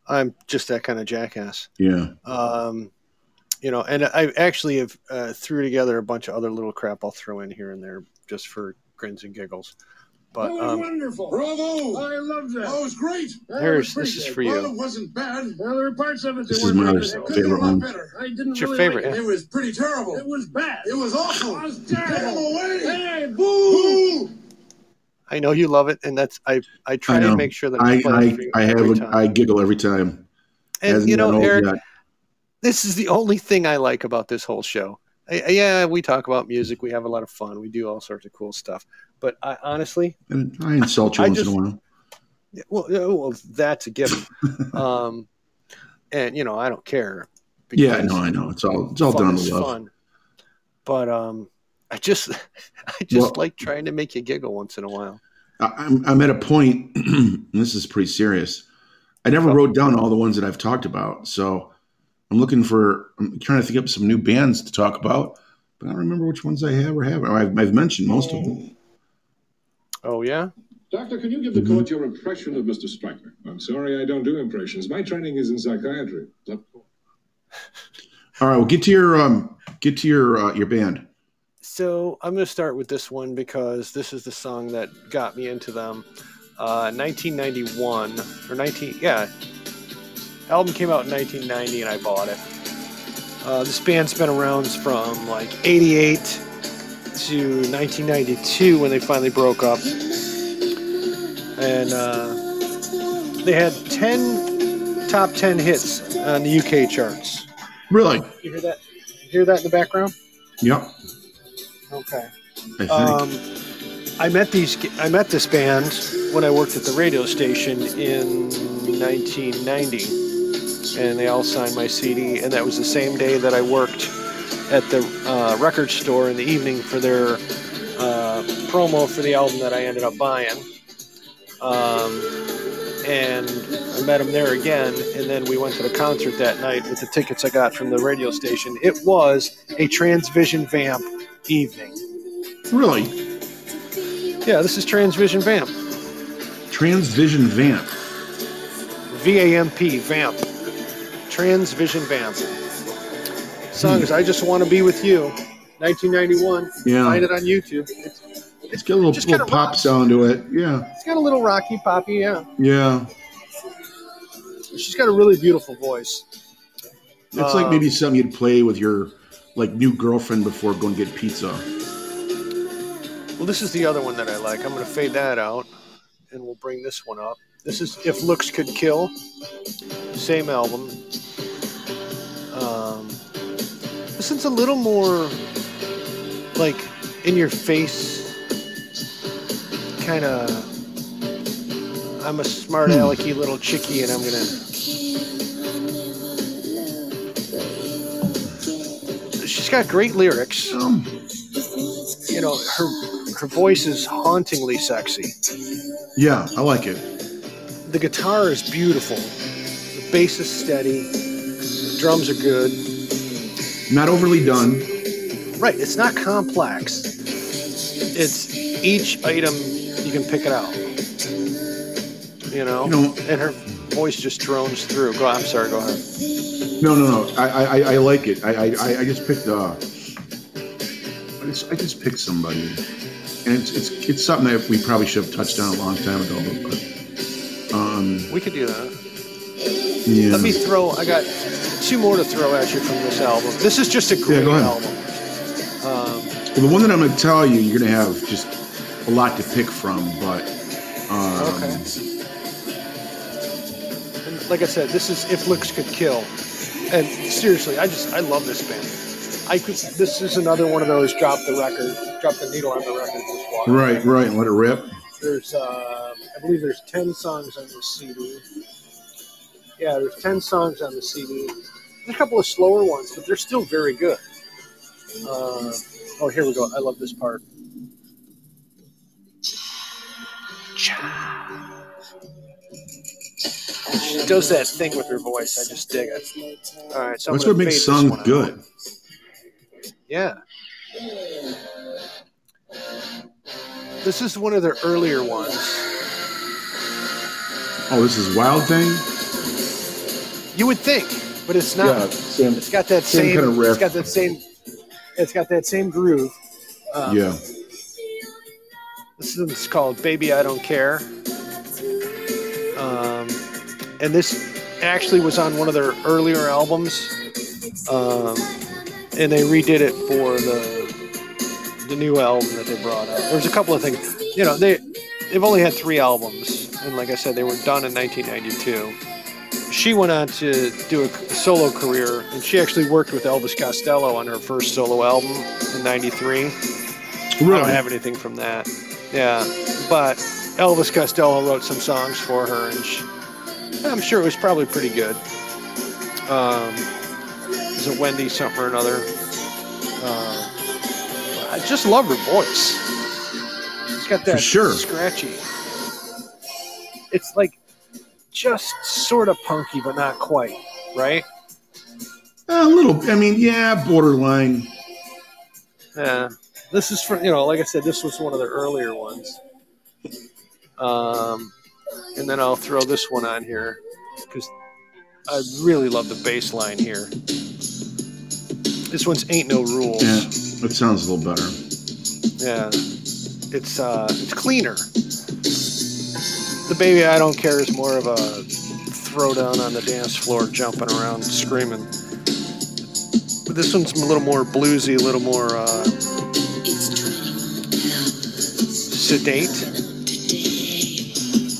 Speaker 2: I'm just that kind of jackass,
Speaker 1: Yeah.
Speaker 2: um, you know. And I actually have uh, threw together a bunch of other little crap I'll throw in here and there just for grins and giggles. But um,
Speaker 5: Oh, wonderful. Bravo. I loved that. That was great.
Speaker 2: Here's- this is for you.
Speaker 5: Well, it wasn't bad. Well, there were parts of it that
Speaker 1: This is
Speaker 5: weren't
Speaker 1: my
Speaker 5: bad, but
Speaker 1: other
Speaker 5: it could be a
Speaker 1: favorite
Speaker 5: lot
Speaker 1: one.
Speaker 5: Better. I didn't
Speaker 2: It's your
Speaker 5: really like
Speaker 2: favorite,
Speaker 5: it.
Speaker 2: yeah.
Speaker 5: It was pretty terrible. It was bad. It was awful. It was terrible. Get him away. Hey, boo. boo.
Speaker 2: I know you love it, and that's I I try
Speaker 1: I
Speaker 2: to
Speaker 1: know.
Speaker 2: make sure that
Speaker 1: I
Speaker 2: play it
Speaker 1: I,
Speaker 2: for you
Speaker 1: I
Speaker 2: every
Speaker 1: have a,
Speaker 2: time.
Speaker 1: I giggle every time.
Speaker 2: and
Speaker 1: Hasn't
Speaker 2: you know
Speaker 1: gotten old
Speaker 2: Eric,
Speaker 1: yet.
Speaker 2: this is the only thing I like about this whole show. I, I- yeah, we talk about music, we have a lot of fun, we do all sorts of cool stuff. But I honestly,
Speaker 1: And I insult you
Speaker 2: I
Speaker 1: once
Speaker 2: just-
Speaker 1: in a while.
Speaker 2: yeah, well, yeah, well that's a given. um, and you know, I don't care.
Speaker 1: Yeah,
Speaker 2: because
Speaker 1: no, I know. It's all it's all
Speaker 2: fun
Speaker 1: done
Speaker 2: is
Speaker 1: with love.
Speaker 2: fun. But um, I just, I just
Speaker 1: Well-
Speaker 2: like trying to make you giggle once in a while.
Speaker 1: I- I'm, I'm at a point, and this is pretty serious. I never
Speaker 2: Oh.
Speaker 1: wrote down all the ones that I've talked about. So I'm looking for, I'm trying to think up some new bands to talk about, Oh, but I don't remember which ones I have or haven't. I've, I've mentioned most of them.
Speaker 2: Oh yeah,
Speaker 6: Doctor, can you give
Speaker 5: Mm-hmm.
Speaker 6: the court your impression of Mr. Stryker? I'm sorry, I don't do impressions. My training is in psychiatry.
Speaker 1: All right, well, get to your um, get to your uh, your band.
Speaker 2: So I'm going to start with this one because this is the song that got me into them. Uh, 1991 or 19, yeah, album came out in 1990 and I bought it. Uh, this band's been around from like 88 to 1992 when they finally broke up, and uh, they had 10 top 10 hits on the UK charts.
Speaker 1: Really?
Speaker 2: You hear that? You hear that in the background?
Speaker 1: Yep.
Speaker 2: Okay.
Speaker 1: I think.
Speaker 2: Um, I met these. I met this band when I worked at the radio station in 1990, and they all signed my CD. And that was the same day that I worked at the uh, record store in the evening for their uh, promo for the album that I ended up buying. Um, and I met him there again, and then we went to the concert that night with the tickets I got from the radio station. It was a Transvision Vamp evening.
Speaker 1: really?
Speaker 2: Yeah, this is Transvision Vamp.
Speaker 1: Transvision Vamp.
Speaker 2: V A M P, Vamp. Transvision Vamp. Song is I Just Want to Be With You, 1991.
Speaker 1: Yeah.
Speaker 2: Find it on YouTube. It's,
Speaker 1: It's got a little,
Speaker 2: Just
Speaker 1: little
Speaker 2: kinda
Speaker 1: pop
Speaker 2: rocks.
Speaker 1: sound to it. Yeah.
Speaker 2: it's got a little rocky poppy, yeah.
Speaker 1: Yeah.
Speaker 2: She's got a really beautiful voice.
Speaker 1: It's like
Speaker 2: Um,
Speaker 1: maybe something you'd play with your like new girlfriend before going to get pizza.
Speaker 2: Well, this is the other one that I like. I'm going to fade that out, and we'll bring this one up. This is If Looks Could Kill, same album. Um, this one's a little more like in your face, kind of. I'm a smart alecky little chickie, and I'm gonna. She's got great lyrics.
Speaker 1: Um,
Speaker 2: You know, her her voice is hauntingly sexy.
Speaker 1: yeah, I like it.
Speaker 2: The guitar is beautiful. The bass is steady. The drums are good.
Speaker 1: Not overly done.
Speaker 2: Right, it's not complex. It's each item you can pick it out. You know,
Speaker 1: You know-
Speaker 2: and her voice just drones through. Go, I'm sorry, go ahead.
Speaker 1: No, no, no. I, I, I- I like it. I, I, I- I just picked. Uh, I just, I just picked somebody, and it's, it's, it's something that we probably should have touched on a long time ago. But, but, um,
Speaker 2: We could do that.
Speaker 1: yeah.
Speaker 2: Let me throw. I got two more to throw at you from this album. This is just a great
Speaker 1: go ahead.
Speaker 2: album. Um,
Speaker 1: Well, the one that I'm going to tell you, you're going to have just a lot to pick from. But um,
Speaker 2: okay. And like I said, this is if looks could kill. And seriously, I just I love this band. I could. This is another one of those drop the record, drop the needle on the record. Just walk.
Speaker 1: right, right, and let it rip.
Speaker 2: There's uh, I believe there's ten songs on this CD. Yeah, there's ten songs on the CD. There's a couple of slower ones, but they're still very good. Uh, oh, here we go. I love this part. She does that thing with her voice. I just dig it. All right, so I'm
Speaker 1: That's
Speaker 2: gonna
Speaker 1: what makes
Speaker 2: fade this
Speaker 1: songs
Speaker 2: one out.
Speaker 1: good.
Speaker 2: Yeah. This is one of their earlier ones.
Speaker 1: Oh, this is Wild Thing.
Speaker 2: You would think, but it's not.
Speaker 1: Sam.
Speaker 2: It's got that
Speaker 1: Same
Speaker 2: same.
Speaker 1: kinda riff.
Speaker 2: It's got that same. It's got that same groove. Um,
Speaker 1: Yeah.
Speaker 2: This is called "Baby I Don't Care," um, and this actually was on one of their earlier albums, um, and they redid it for the the new album that they brought out. There's a couple of things, you know. They they've only had three albums, and like I said, they were done in 1992. She went on to do a solo career, and she actually worked with Elvis Costello on her first solo album in '93. I don't
Speaker 1: Really.
Speaker 2: have anything from that. Yeah, but Elvis Costello wrote some songs for her, and sh I'm sure it was probably pretty good. Um, is it Wendy something or another? Uh, I just love her voice. It's got that
Speaker 1: sure.
Speaker 2: scratchy. It's like just sort of punky, but not quite, right?
Speaker 1: a little. I mean, yeah, borderline.
Speaker 2: Yeah. This is from you know, like I said, this was one of the earlier ones. Um, and then I'll throw this one on here because I really love the bass line here. This one's Ain't No Rules.
Speaker 1: Yeah, it sounds a little better.
Speaker 2: Yeah, it's uh, it's cleaner. The baby I don't care is more of a throwdown on the dance floor, jumping around, screaming. But this one's a little more bluesy, a little more uh, sedate.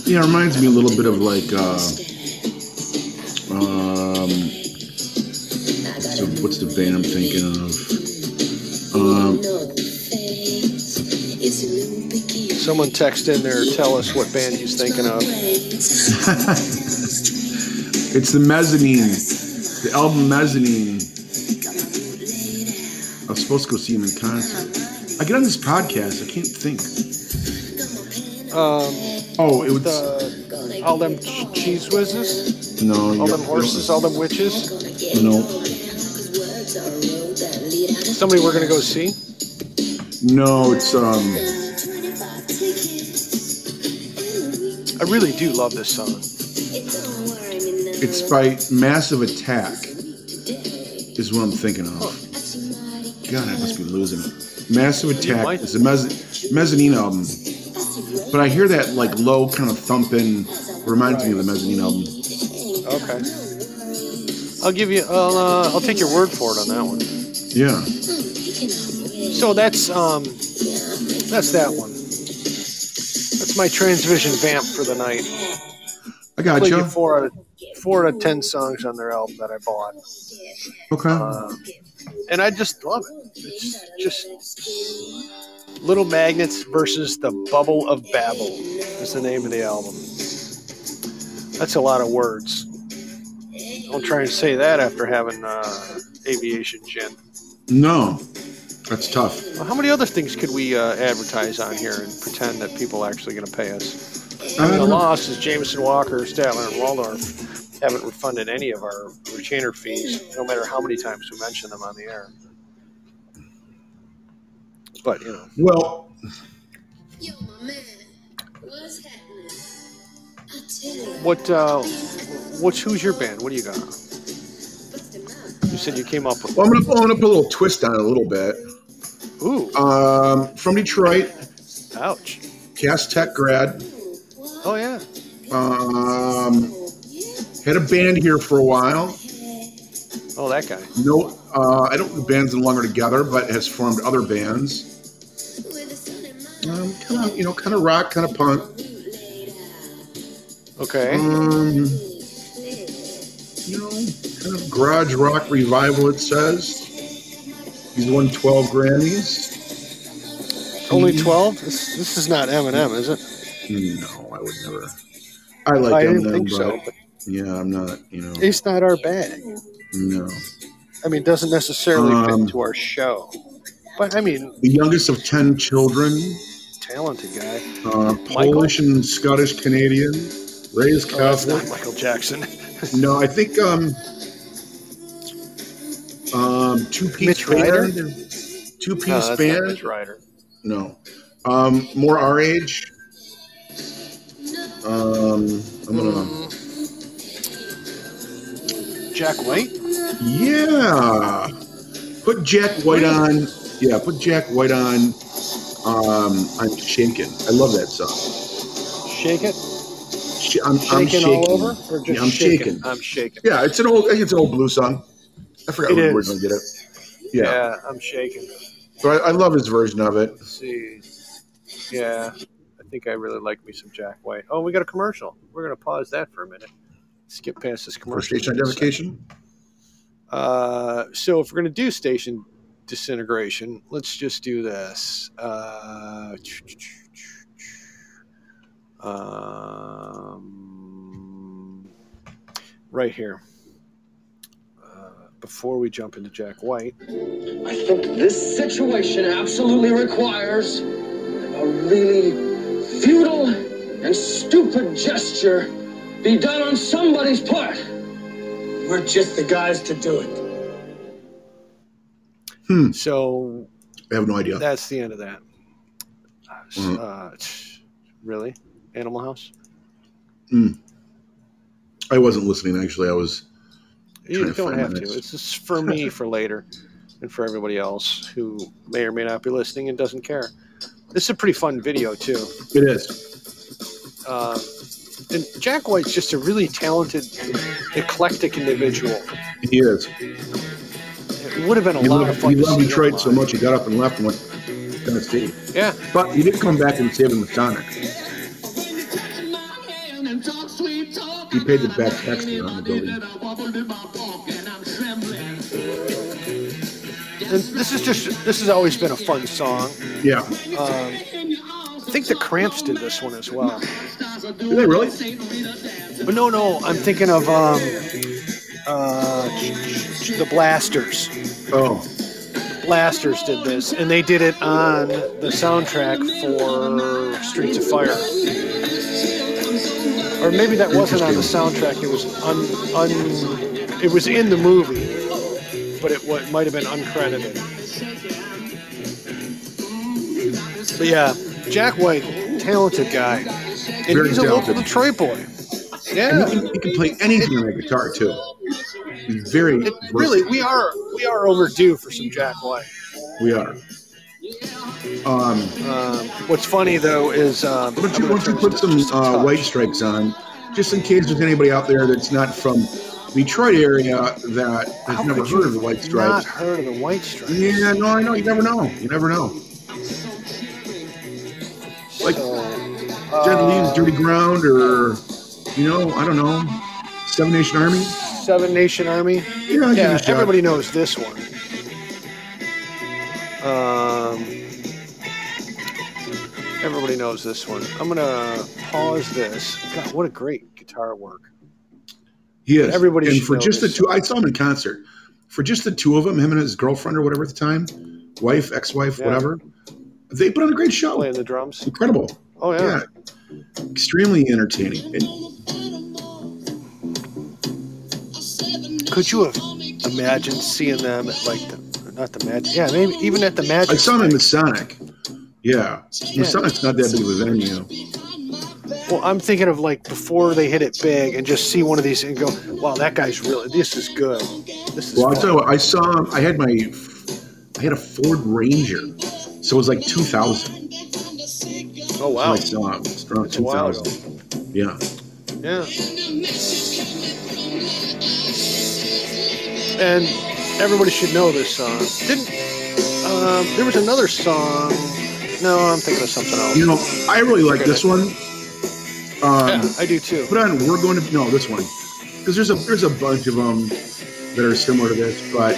Speaker 1: Yeah, it reminds me a little bit of like, uh, um, so what's the band I'm thinking of? Um,
Speaker 2: Someone text in there, tell us what band he's thinking
Speaker 4: Uh,
Speaker 2: of.
Speaker 1: it's the mezzanine, the album mezzanine. I was supposed to go see him in concert. I get on this podcast, I can't think.
Speaker 2: Um,
Speaker 1: Oh, it was
Speaker 2: the, all them ch- cheese whizzes,
Speaker 1: no,
Speaker 2: all
Speaker 1: you're-
Speaker 2: them horses, all them witches.
Speaker 1: No,
Speaker 2: Somebody we're gonna go see.
Speaker 1: no, it's um.
Speaker 2: I really do love this song.
Speaker 1: It's by Massive Attack, is what I'm thinking of. God, I must be losing it. Massive Attack
Speaker 2: might.
Speaker 1: is a mezz- mezzanine album, but I hear that like low kind of thumping reminds me of the mezzanine album.
Speaker 2: Okay. I'll give you. I'll, uh, I'll take your word for it on that one.
Speaker 1: Yeah,
Speaker 2: So that's um, that's that one. That's my transvision vamp for the night.
Speaker 1: I
Speaker 2: I
Speaker 1: got
Speaker 2: played you
Speaker 1: you.
Speaker 2: four out of four out of ten songs on their album that I bought,
Speaker 1: Okay.
Speaker 2: uh, and I just love it. It's just little magnets versus the bubble of babel is the name of the album. That's a lot of words. Don't try and say that after having uh, aviation gin.
Speaker 1: No, that's tough.
Speaker 2: Well, how many other things could we uh, advertise on here and pretend that people are actually going to pay us?
Speaker 1: I
Speaker 2: The
Speaker 1: don't know.
Speaker 2: loss is Jameson Walker, Statler, and Waldorf haven't refunded any of our retainer fees, no matter how many times we mention them on the air. But you know,
Speaker 1: Well,
Speaker 2: what? Uh, what's who's your band? What do you got? You said you came up with.
Speaker 1: well, I'm gonna, I'm gonna put a little twist on it a little bit.
Speaker 2: Ooh,
Speaker 1: Um, from Detroit,
Speaker 2: ouch!
Speaker 1: Cast Tech grad.
Speaker 2: Oh yeah,
Speaker 1: Um, had a band here for a while.
Speaker 2: oh that guy.
Speaker 1: No, uh, I don't think the band's no longer together, but has formed other bands. Um, kind of, you know, kind of rock, kind of punk.
Speaker 2: Okay,
Speaker 1: Um, you know, kind of garage rock revival. It says he's won 12 Grammys. Hmm.
Speaker 2: only twelve. This, this is not Eminem, is it?
Speaker 1: No, I would never. I like
Speaker 2: I
Speaker 1: him, though,
Speaker 2: didn't think
Speaker 1: but
Speaker 2: so. But
Speaker 1: yeah, I'm not. You know,
Speaker 2: it's not our bag.
Speaker 1: no.
Speaker 2: I mean, it doesn't necessarily fit
Speaker 1: Um,
Speaker 2: into our show. But I mean,
Speaker 1: The youngest of 10 children,
Speaker 2: talented guy.
Speaker 1: uh, Polish and Scottish Canadian, raised
Speaker 2: Oh, that's
Speaker 1: Catholic.
Speaker 2: not Michael Jackson.
Speaker 1: No, I think um, um, two piece
Speaker 2: Mitch Ryder?
Speaker 1: band, two
Speaker 2: No,
Speaker 1: piece
Speaker 2: that's not
Speaker 1: band.
Speaker 2: Mitch Ryder.
Speaker 1: No, um, more our age. Um, I'm gonna.
Speaker 2: Jack White.
Speaker 1: Yeah, put Jack White on. Yeah, put Jack White on. Um, I'm shaken. I love that song.
Speaker 2: Shake it.
Speaker 1: Sh- I'm, I'm
Speaker 2: Shaking
Speaker 1: shaken
Speaker 2: all over, or just
Speaker 1: yeah, I'm
Speaker 2: shaking?
Speaker 1: shaken.
Speaker 2: I'm shaking.
Speaker 1: Yeah, it's an old. I think it's an old blues song. I forgot
Speaker 2: It
Speaker 1: where
Speaker 2: is.
Speaker 1: we originally did it.
Speaker 2: Yeah,
Speaker 1: Yeah,
Speaker 2: I'm shaking.
Speaker 1: but I, I love his version of it.
Speaker 2: Let's see. Yeah, I think I really like me some Jack White. Oh, we got a commercial. We're gonna pause that for a minute. Skip past this
Speaker 1: First
Speaker 2: commercial.
Speaker 1: station identification.
Speaker 2: Uh, so if we're going to do station disintegration, let's just do this. Uh, um, right here. Uh, before we jump into Jack White,
Speaker 7: I think this situation absolutely requires a really futile and stupid gesture be done on somebody's part. We're just the guys to do it.
Speaker 2: so
Speaker 1: I have no idea.
Speaker 2: that's the end of that. Uh,
Speaker 1: Mhm.
Speaker 2: uh, really? Animal House?
Speaker 1: I wasn't listening actually. I was Trying
Speaker 2: You
Speaker 1: to
Speaker 2: don't
Speaker 1: find
Speaker 2: have
Speaker 1: my
Speaker 2: to.
Speaker 1: notes.
Speaker 2: It's just for me for later and for everybody else who may or may not be listening and doesn't care. This is a pretty fun video, too.
Speaker 1: it is.
Speaker 2: Uh, and Jack White's just a really talented, eclectic individual.
Speaker 1: He is.
Speaker 2: It would have been a
Speaker 1: He
Speaker 2: lot of
Speaker 1: loved,
Speaker 2: fun.
Speaker 1: he
Speaker 2: to
Speaker 1: loved
Speaker 2: see him
Speaker 1: Detroit so
Speaker 2: live.
Speaker 1: much he got up and left and went to Tennessee.
Speaker 2: Yeah,
Speaker 1: But he did come back and save him with Sonic. He paid the back tax man on the building.
Speaker 2: and this is just this has always been a fun song.
Speaker 1: Yeah.
Speaker 2: Um, I think the Cramps did this one as well.
Speaker 1: Did they really?
Speaker 2: But no, no, I'm thinking of um, uh, the Blasters.
Speaker 1: Oh,
Speaker 2: Blasters did this, and they did it on the soundtrack for Streets of Fire. Or maybe that wasn't on the soundtrack. It was un, un it was in the movie, but it wa- might have been uncredited. But yeah, Jack White, talented guy, and
Speaker 1: Very
Speaker 2: he's a
Speaker 1: talented.
Speaker 2: local Detroit boy.
Speaker 1: and
Speaker 2: Yeah.
Speaker 1: he can, he can play anything on that guitar too. He's very
Speaker 2: It,
Speaker 1: versatile.
Speaker 2: really, we are we are overdue for some Jack White.
Speaker 1: We are. Um,
Speaker 2: Um, what's funny though is um,
Speaker 1: why don't you,
Speaker 2: I'm
Speaker 1: why
Speaker 2: gonna
Speaker 1: don't you
Speaker 2: turn
Speaker 1: put
Speaker 2: this
Speaker 1: some
Speaker 2: just a
Speaker 1: uh,
Speaker 2: touch.
Speaker 1: white stripes on, just in case there's anybody out there that's not from Detroit area that has
Speaker 2: How
Speaker 1: never
Speaker 2: could you
Speaker 1: heard of the white
Speaker 2: Not
Speaker 1: stripes.
Speaker 2: heard of the white stripes.
Speaker 1: Yeah, no, I know. You never know. You never know. like-
Speaker 2: so,
Speaker 1: Dead
Speaker 2: uh,
Speaker 1: Leaves, Dirty Ground, or you know, I don't know, Seven Nation Army.
Speaker 2: Seven Nation Army.
Speaker 1: Yeah, I'll give it
Speaker 2: Yeah,
Speaker 1: a shot.
Speaker 2: everybody knows this one. Um, everybody knows this one. I'm gonna pause this. God, what a great guitar work.
Speaker 1: He is.
Speaker 2: everybody
Speaker 1: And
Speaker 2: should
Speaker 1: for
Speaker 2: know
Speaker 1: just the
Speaker 2: this
Speaker 1: two, I saw him in concert. For just the two of them, him and his girlfriend or whatever at the time, wife, ex-wife,
Speaker 2: Yeah.
Speaker 1: whatever, they put on a great show.
Speaker 2: Playing the drums.
Speaker 1: Incredible.
Speaker 2: Oh yeah.
Speaker 1: Yeah. Extremely entertaining. And
Speaker 2: Could you have imagined seeing them at like the not the magic? Yeah, maybe even at the
Speaker 1: I
Speaker 2: magic.
Speaker 1: saw him in Masonic. Yeah.
Speaker 2: Yeah.
Speaker 1: Masonic's not that big of a venue.
Speaker 2: Well, I'm thinking of like before they hit it big and just see one of these and go, wow, that guy's really, this is good. This is
Speaker 1: Well, I'll
Speaker 2: fun."
Speaker 1: tell you what, I saw him, I had my, I had a Ford Ranger. So it was like 2000
Speaker 2: Oh,
Speaker 1: when
Speaker 2: wow.
Speaker 1: I saw him. It's around
Speaker 2: That's a while
Speaker 1: 2000. Yeah.
Speaker 2: Yeah. And everybody should know this song. Didn't, um, there was another song. No, I'm thinking of something else.
Speaker 1: You know, I really like
Speaker 2: Forget
Speaker 1: this
Speaker 2: it.
Speaker 1: one. Um,
Speaker 2: yeah, I do too.
Speaker 1: put on we're going to no this one because there's a there's a bunch of them that are similar to this but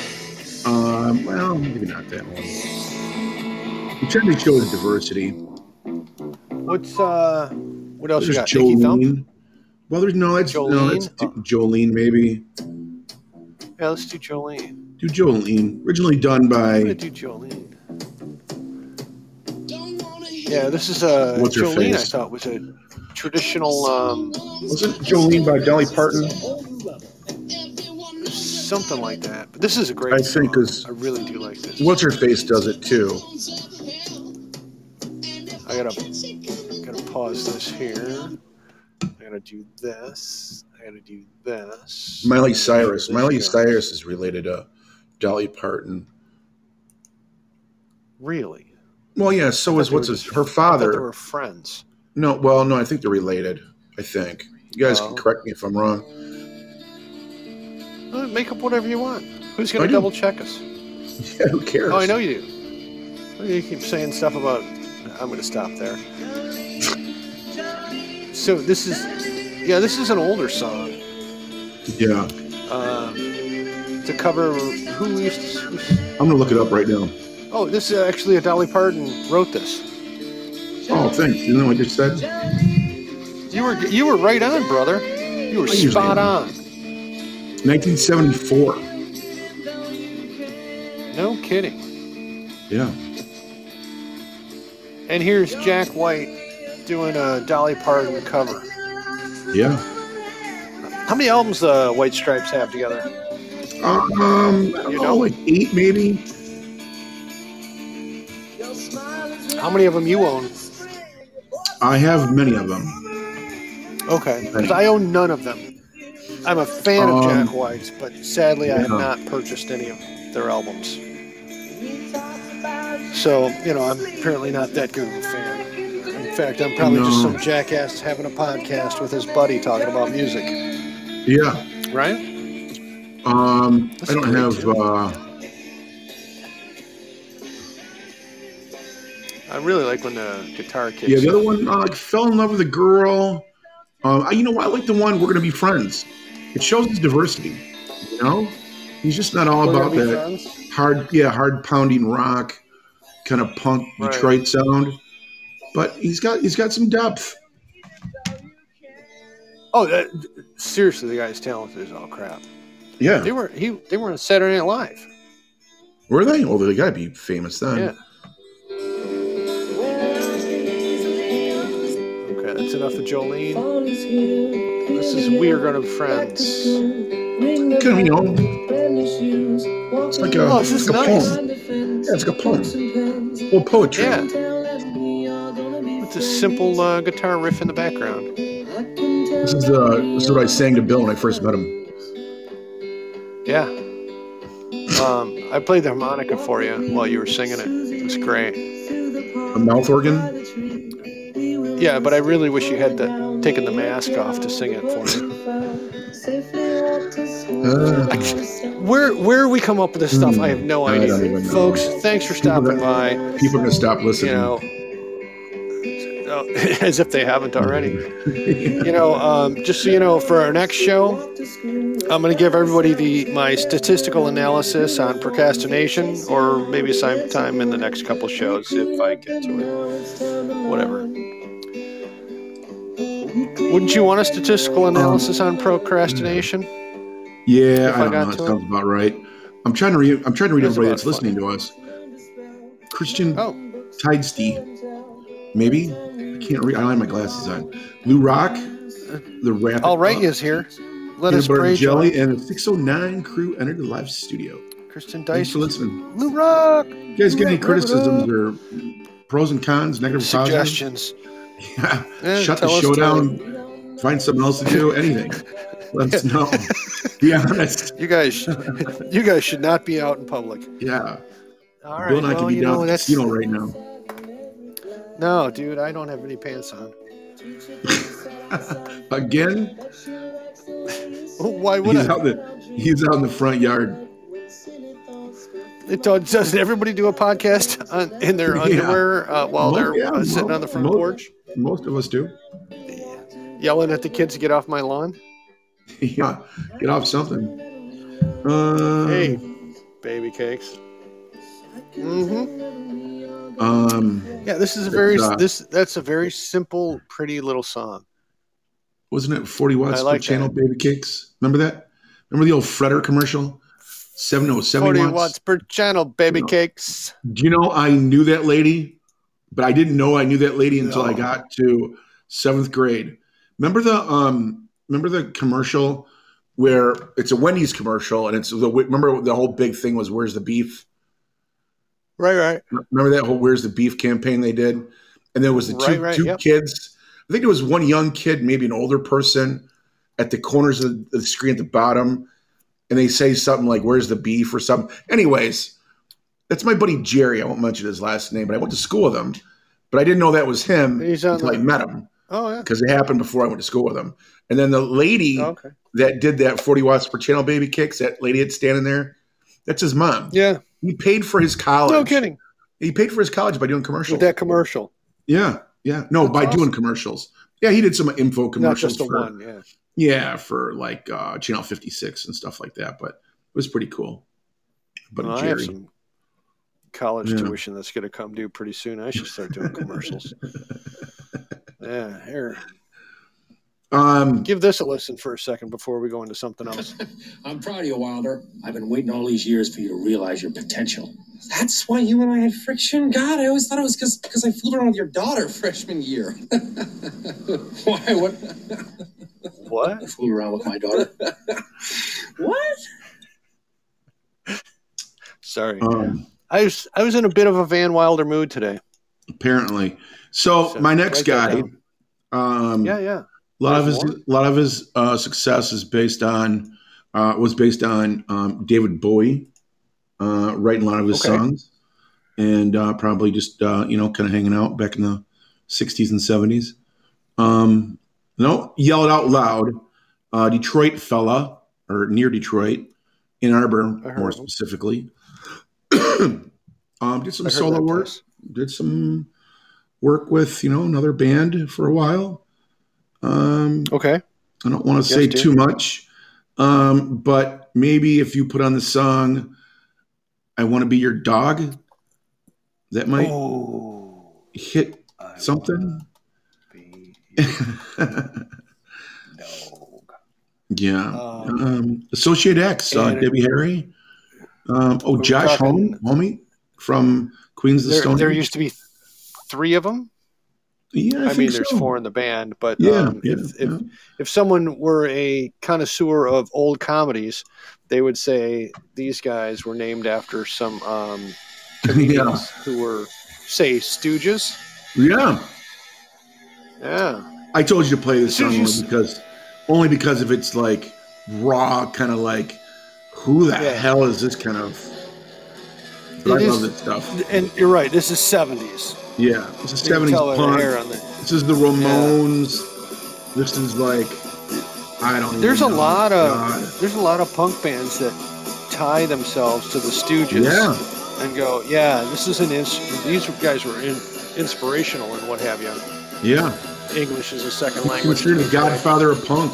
Speaker 1: um well maybe not that one i'm trying to show the diversity
Speaker 2: What's, uh, what else you
Speaker 1: there's
Speaker 2: got? Nicky Thump?
Speaker 1: jolene well there's no that's no that's
Speaker 2: Jolene?
Speaker 1: t- jolene maybe
Speaker 2: Yeah, let's do Jolene.
Speaker 1: do jolene originally done
Speaker 2: I'm going
Speaker 1: by
Speaker 2: to do Jolene. Yeah, this is a
Speaker 1: What's her
Speaker 2: Jolene, I
Speaker 1: face?
Speaker 2: thought, was a traditional, um,
Speaker 1: wasn't jolene by dolly parton
Speaker 2: something like that. But this is a great
Speaker 1: I
Speaker 2: song.
Speaker 1: think 'cause-
Speaker 2: I really do like this.
Speaker 1: what's her face does it too
Speaker 2: I gotta gotta pause this here. I gotta do this. I gotta do this.
Speaker 1: miley cyrus miley
Speaker 2: This guy.
Speaker 1: cyrus is related to dolly parton
Speaker 2: Really?
Speaker 1: well yeah so is
Speaker 2: they were
Speaker 1: what's his
Speaker 2: just-
Speaker 1: her
Speaker 2: I thought
Speaker 1: father
Speaker 2: they were friends.
Speaker 1: No, well, no, I think they're related. I think you guys
Speaker 2: Oh.
Speaker 1: can correct me if I'm wrong.
Speaker 2: Uh, Make up whatever you want. Who's gonna
Speaker 1: I do.
Speaker 2: double check us?
Speaker 1: Yeah, who cares?
Speaker 2: Oh, I know you do. Well, You keep saying stuff about. I'm gonna stop there. So this is, yeah, this is an older song.
Speaker 1: Yeah,
Speaker 2: Um, to cover who used to, who's,
Speaker 1: I'm gonna look it up right now.
Speaker 2: Oh, this is actually a Dolly Parton wrote this.
Speaker 1: Oh, thanks. You know what I just said?
Speaker 2: You were you were right on, brother. You were
Speaker 1: I usually
Speaker 2: spot
Speaker 1: am.
Speaker 2: on.
Speaker 1: 1974.
Speaker 2: No kidding.
Speaker 1: Yeah,
Speaker 2: And here's Jack White doing a Dolly Parton cover.
Speaker 1: yeah.
Speaker 2: How many albums uh, White Stripes have together?
Speaker 1: Um, I don't
Speaker 2: You
Speaker 1: know,
Speaker 2: know?
Speaker 1: like eight maybe.
Speaker 2: How many of them you own?
Speaker 1: I have many of them.
Speaker 2: Okay. 'Cause I own none of them. I'm a fan of Jack
Speaker 1: Um,
Speaker 2: White's, but sadly I have
Speaker 1: yeah.
Speaker 2: not purchased any of their albums. So, you know, I'm apparently not that good of a fan. In fact, I'm probably just
Speaker 1: No.
Speaker 2: some jackass having a podcast with his buddy talking about music.
Speaker 1: Yeah.
Speaker 2: Right?
Speaker 1: Um,
Speaker 2: That's
Speaker 1: I don't
Speaker 2: great,
Speaker 1: have.
Speaker 2: Jim.
Speaker 1: Uh,
Speaker 2: I really like when the guitar kicks.
Speaker 1: yeah, the other one. Uh, like, fell in love with a girl. Um, I, you know what? I like the one. We're gonna be friends. It shows his diversity. You know, he's just not all
Speaker 2: We're
Speaker 1: about
Speaker 2: Gonna Be
Speaker 1: that
Speaker 2: Friends?
Speaker 1: hard, yeah, hard pounding rock, kind of punk
Speaker 2: Right.
Speaker 1: Detroit sound. But he's got he's got some depth.
Speaker 2: Oh, that, seriously, the guy's talented as all crap.
Speaker 1: Yeah,
Speaker 2: They were he they were on Saturday Night Live.
Speaker 1: were they? Well, they gotta be famous then.
Speaker 2: Yeah. Okay, that's enough of Jolene. This is We Are Gonna Be Friends.
Speaker 1: Kind of, you know,
Speaker 4: It's
Speaker 1: like a-
Speaker 2: Oh, this is
Speaker 1: like a
Speaker 2: nice.
Speaker 1: poem. Yeah, it's like a poem. Well, poetry.
Speaker 2: Yeah. It's
Speaker 4: It's
Speaker 2: a simple uh, guitar riff in the background.
Speaker 1: This
Speaker 4: This
Speaker 1: is uh, this is what I sang to Bill when I first met him.
Speaker 2: Yeah. Um, I played the harmonica for you while you were singing it. It was great.
Speaker 1: A mouth organ.
Speaker 2: Yeah, but I really wish you had the, taken the mask off to sing it for me.
Speaker 1: Uh,
Speaker 2: Where where we come up with this stuff, I have no
Speaker 1: Hmm. I
Speaker 2: idea.
Speaker 1: don't even know.
Speaker 2: Folks, thanks for stopping by.
Speaker 1: people are gonna stop
Speaker 2: You
Speaker 1: listening.
Speaker 2: know, oh, as if they haven't already. You know, um, just so you know, for our next show, I'm going to give everybody the my statistical analysis on procrastination, or maybe sometime in the next couple shows if I get to it. Whatever. Wouldn't you want a statistical
Speaker 1: Um,
Speaker 2: analysis on procrastination?
Speaker 1: yeah,
Speaker 2: if I
Speaker 1: I don't
Speaker 2: got
Speaker 1: know. That
Speaker 2: to it.
Speaker 1: sounds about right. I'm trying to read. I'm trying to read
Speaker 2: That's
Speaker 1: everybody
Speaker 2: about
Speaker 1: that's listening to us. Christian
Speaker 2: Oh,
Speaker 1: Tidesty, maybe. I can't read. I don't have my glasses on. Lou Rock, the rapper.
Speaker 2: all right, is here. Let
Speaker 1: Peanut
Speaker 2: us
Speaker 1: butter
Speaker 2: pray.
Speaker 1: and
Speaker 2: Jelly.
Speaker 1: jelly and the 609 crew entered the live studio.
Speaker 2: Kristen
Speaker 1: Thanks
Speaker 2: Dice.
Speaker 1: for listening.
Speaker 2: Lou Rock.
Speaker 1: You guys get any
Speaker 2: Wrap it up.
Speaker 1: criticisms or pros and cons, negative or positive?
Speaker 2: Suggestions.
Speaker 1: Yeah.
Speaker 2: Eh,
Speaker 1: Shut the
Speaker 2: tell us,
Speaker 1: show
Speaker 2: tell us.
Speaker 1: down. Find something else to do. Anything. Let us know. Be honest.
Speaker 2: You guys, you guys should not be out in public.
Speaker 1: Yeah.
Speaker 2: All
Speaker 1: Bill and I could be down at the
Speaker 2: that's
Speaker 1: casino right now.
Speaker 2: no, dude. I don't have any pants on.
Speaker 1: Again,
Speaker 2: Why would
Speaker 1: he's
Speaker 2: I?
Speaker 1: out, the, he's out in the front yard.
Speaker 2: It does doesn't everybody do a podcast on, in their
Speaker 1: Yeah.
Speaker 2: underwear uh, while
Speaker 1: Mo-
Speaker 2: they're
Speaker 1: yeah,
Speaker 2: uh, sitting
Speaker 1: mo-
Speaker 2: on the front
Speaker 1: mo-
Speaker 2: porch,
Speaker 1: Most of us do.
Speaker 2: yelling at the kids to get off my lawn?
Speaker 1: yeah. Get off something. Um,
Speaker 2: Hey, baby cakes. Mm-hmm.
Speaker 1: Um,
Speaker 2: Yeah, this is a very
Speaker 1: It's, uh,
Speaker 2: this that's a very simple, pretty little song.
Speaker 1: wasn't it 40 watts
Speaker 2: I like
Speaker 1: per channel, baby cakes? Remember that? Remember the old Fretter commercial? 707
Speaker 2: Forty
Speaker 1: watts.
Speaker 2: watts. per channel, baby
Speaker 1: No.
Speaker 2: cakes.
Speaker 1: Do you know I knew that lady, but I didn't know I knew that lady until I
Speaker 2: No.
Speaker 1: got to seventh grade. Remember the um remember the commercial where it's a Wendy's commercial and it's the remember the whole big thing was where's the beef?
Speaker 2: Right, right.
Speaker 1: Remember that whole where's the beef campaign they did? And there was the two
Speaker 2: Right, right,
Speaker 1: two
Speaker 2: yep.
Speaker 1: kids. I think there was one young kid, maybe an older person, at the corners of the screen at the bottom, and they say something like "Where's the beef?" or something. Anyways, that's my buddy Jerry. I won't mention his last name, but I went to school with him. But I didn't know that was him
Speaker 2: He's on
Speaker 1: until I
Speaker 2: the-
Speaker 1: met him
Speaker 2: Oh yeah.
Speaker 1: because it happened before I went to school with him. And then the lady
Speaker 2: Okay.
Speaker 1: that did that 40 watts per channel baby kicks, that lady that's standing there, that's his mom.
Speaker 2: Yeah.
Speaker 1: He paid for his college.
Speaker 2: No kidding.
Speaker 1: He paid for his college by doing commercials.
Speaker 2: With that commercial,
Speaker 1: Yeah, yeah. No,
Speaker 2: That's
Speaker 1: by
Speaker 2: awesome.
Speaker 1: doing commercials. Yeah, he did some info
Speaker 2: not
Speaker 1: commercials
Speaker 2: just the
Speaker 1: for
Speaker 2: one. Yeah.
Speaker 1: yeah for like uh, Channel Fifty Six and stuff like that. But it was pretty cool. But
Speaker 2: Well, I have
Speaker 1: Jerry,
Speaker 2: some college
Speaker 1: Yeah.
Speaker 2: tuition that's going to come due pretty soon. I should start doing commercials. yeah, here.
Speaker 1: um,
Speaker 2: Give this a listen for a second before we go into something else.
Speaker 8: I'm proud of you, Wilder. I've been waiting all these years for you to realize your potential.
Speaker 7: That's why you and I had friction? God, I always thought it was because I fooled around with your daughter freshman year. why? What?
Speaker 2: What?
Speaker 8: I fooled around with my daughter.
Speaker 7: What?
Speaker 2: Sorry.
Speaker 1: um,
Speaker 2: I was I was in a bit of a Van Wilder mood today.
Speaker 1: apparently. So,
Speaker 2: So,
Speaker 1: my next
Speaker 2: write that
Speaker 1: guy, um,
Speaker 2: Yeah, yeah.
Speaker 1: A lot of his,
Speaker 2: There's
Speaker 1: a lot of his uh, success is based on, uh, was based on um, David Bowie, uh, writing a lot of his
Speaker 2: Okay.
Speaker 1: songs, and uh, probably just uh, you know kind of hanging out back in the '60s and '70s. Um, no, yell it out loud. Uh, Detroit fella, or near Detroit, Ann Arbor
Speaker 2: I heard
Speaker 1: more
Speaker 2: of him.
Speaker 1: specifically. um, did some
Speaker 2: I heard
Speaker 1: solo
Speaker 2: that
Speaker 1: work.
Speaker 2: place.
Speaker 1: Did some work with you know another band for a while. Um,
Speaker 2: Okay.
Speaker 1: I don't want to say
Speaker 2: dude.
Speaker 1: too much, um, but maybe if you put on the song "I Want to Be Your Dog," that might
Speaker 2: Oh.
Speaker 1: hit something.
Speaker 2: Be no.
Speaker 1: yeah.
Speaker 2: Um,
Speaker 1: Um, Associate X, uh,
Speaker 2: and-
Speaker 1: Debbie Harry. Um, oh,
Speaker 2: We're
Speaker 1: Josh
Speaker 2: talking-
Speaker 1: Home, homie from Queens of the
Speaker 2: There,
Speaker 1: Stone
Speaker 2: there
Speaker 1: Age.
Speaker 2: used to be three of them.
Speaker 1: Yeah, I,
Speaker 2: I, mean,
Speaker 1: think
Speaker 2: there's
Speaker 1: so.
Speaker 2: four in the band, but
Speaker 1: Yeah,
Speaker 2: um,
Speaker 1: yeah,
Speaker 2: if, if
Speaker 1: yeah.
Speaker 2: if someone were a connoisseur of old comedies, they would say these guys were named after some um, comedians who were, say, Stooges.
Speaker 1: Yeah,
Speaker 2: Yeah,
Speaker 1: I told you to play this
Speaker 2: Did
Speaker 1: song
Speaker 2: you
Speaker 1: only
Speaker 2: s-
Speaker 1: because only because of its like raw kind of like who the
Speaker 2: Yeah.
Speaker 1: hell is this kind of. But I
Speaker 2: It
Speaker 1: love
Speaker 2: is-
Speaker 1: this stuff.
Speaker 2: and you're right. This is '70s.
Speaker 1: Yeah, this is
Speaker 2: You can
Speaker 1: seventies
Speaker 2: tell by their
Speaker 1: punk.
Speaker 2: hair on the.
Speaker 1: This is the Ramones. This is like I don't.
Speaker 2: There's a
Speaker 1: even know.
Speaker 2: lot
Speaker 1: Oh God.
Speaker 2: of there's a lot of punk bands that tie themselves to the Stooges.
Speaker 1: Yeah.
Speaker 2: and go, yeah, this is an ins- these guys were in- inspirational and what have you.
Speaker 1: Yeah,
Speaker 2: English is a second
Speaker 1: he's
Speaker 2: language. Mm-hmm.
Speaker 1: considered the godfather of punk.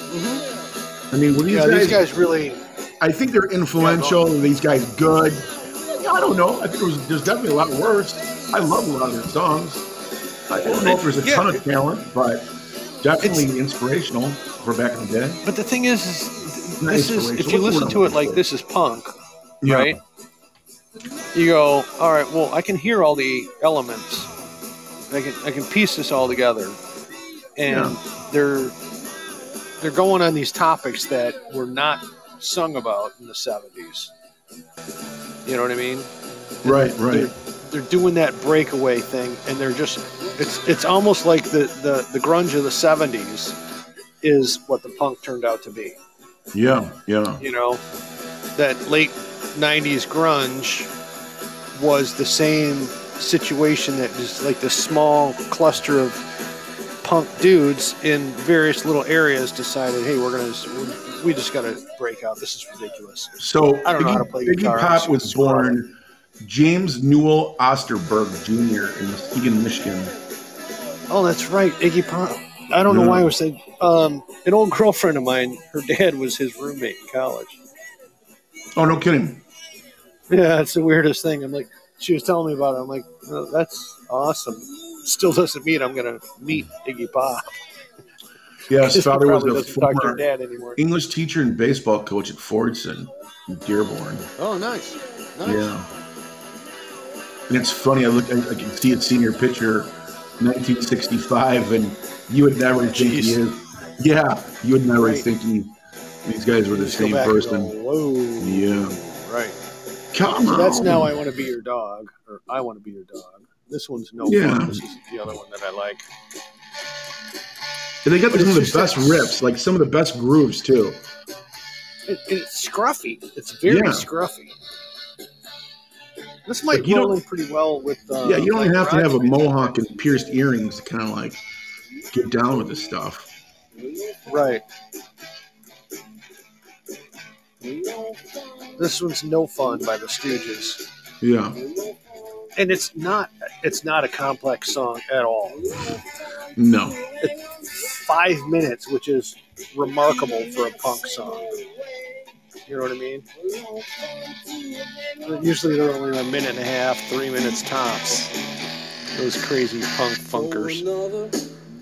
Speaker 1: I mean, were these
Speaker 2: Yeah,
Speaker 1: guys?
Speaker 2: these guys really.
Speaker 1: I think they're influential. Are these guys good? I don't know. I think it was, there's definitely a lot worse. I love a lot of their songs. I don't know if there's a
Speaker 2: Yeah.
Speaker 1: ton of talent, but definitely inspirational for back in the day.
Speaker 2: But the thing is, is
Speaker 1: Not
Speaker 2: this is
Speaker 1: inspirational.
Speaker 2: if you
Speaker 1: What's the
Speaker 2: listen
Speaker 1: word
Speaker 2: to
Speaker 1: I'm
Speaker 2: it like
Speaker 1: looking
Speaker 2: this is punk,
Speaker 1: Yeah.
Speaker 2: right? You go, all right. Well, I can hear all the elements. I can I can piece this all together, and they're they're going on these topics that were not sung about in the '70s. You know what I mean?
Speaker 1: Right, right.
Speaker 2: they're doing that breakaway thing and they're just it's it's almost like the the, the grunge of the 70s is what the punk turned out to be
Speaker 1: Yeah, yeah.
Speaker 2: you know that late 90s grunge was the same situation that is like this small cluster of punk dudes in various little areas decided hey we're gonna we just gotta break out this is ridiculous
Speaker 1: So
Speaker 2: I don't know
Speaker 1: Iggy,
Speaker 2: how to play
Speaker 1: Iggy
Speaker 2: guitar.
Speaker 1: Pop was
Speaker 2: It's hard.
Speaker 1: born James Newell Osterberg Jr. in Muskegon, Michigan.
Speaker 2: Oh, that's right, Iggy Pop. I don't know
Speaker 1: Yeah.
Speaker 2: why I was saying. Um, an old girlfriend of mine, her dad was his roommate in college.
Speaker 1: Oh, no kidding.
Speaker 2: Yeah, it's the weirdest thing. I'm like, she was telling me about it. I'm like, oh, that's awesome. Still doesn't mean I'm gonna meet Iggy Pop.
Speaker 1: Yeah,
Speaker 2: He
Speaker 1: his father was
Speaker 2: probably
Speaker 1: a
Speaker 2: doesn't talk to her
Speaker 1: former
Speaker 2: dad anymore.
Speaker 1: English teacher and baseball coach at Fordson, Dearborn.
Speaker 2: Oh, nice. nice.
Speaker 1: Yeah. And it's funny. I look. I, I can see a senior picture, 1965, and you would never think he
Speaker 2: Jeez.
Speaker 1: is. Yeah, you would never
Speaker 2: Right.
Speaker 1: think he, these guys were the
Speaker 2: Just go
Speaker 1: same
Speaker 2: back and
Speaker 1: person.
Speaker 2: go, Whoa.
Speaker 1: Yeah.
Speaker 2: Right.
Speaker 1: Come
Speaker 2: So
Speaker 1: on.
Speaker 2: that's now I want to be your dog, or I want to be your dog. This one's no
Speaker 1: Yeah.
Speaker 2: fun. This is the other one that I like.
Speaker 1: And they got
Speaker 2: But
Speaker 1: some of
Speaker 2: it's
Speaker 1: the
Speaker 2: just
Speaker 1: best
Speaker 2: that-
Speaker 1: riffs, like some of the best grooves too.
Speaker 2: It, it's scruffy. It's very
Speaker 1: Yeah.
Speaker 2: scruffy. This might
Speaker 1: Like, you
Speaker 2: roll
Speaker 1: don't-
Speaker 2: in pretty well with. Uh,
Speaker 1: Yeah, you don't
Speaker 2: like
Speaker 1: have to
Speaker 2: rock
Speaker 1: have a
Speaker 2: music.
Speaker 1: mohawk and pierced earrings to kind of like get down with this stuff.
Speaker 2: Right. This one's no fun by the Stooges,
Speaker 1: Yeah.
Speaker 2: and it's not. It's not a complex song at all.
Speaker 1: No.
Speaker 2: Five minutes, which is remarkable for a punk song. You know what I mean? Usually they're only a minute and a half, three minutes tops. Those crazy punk funkers.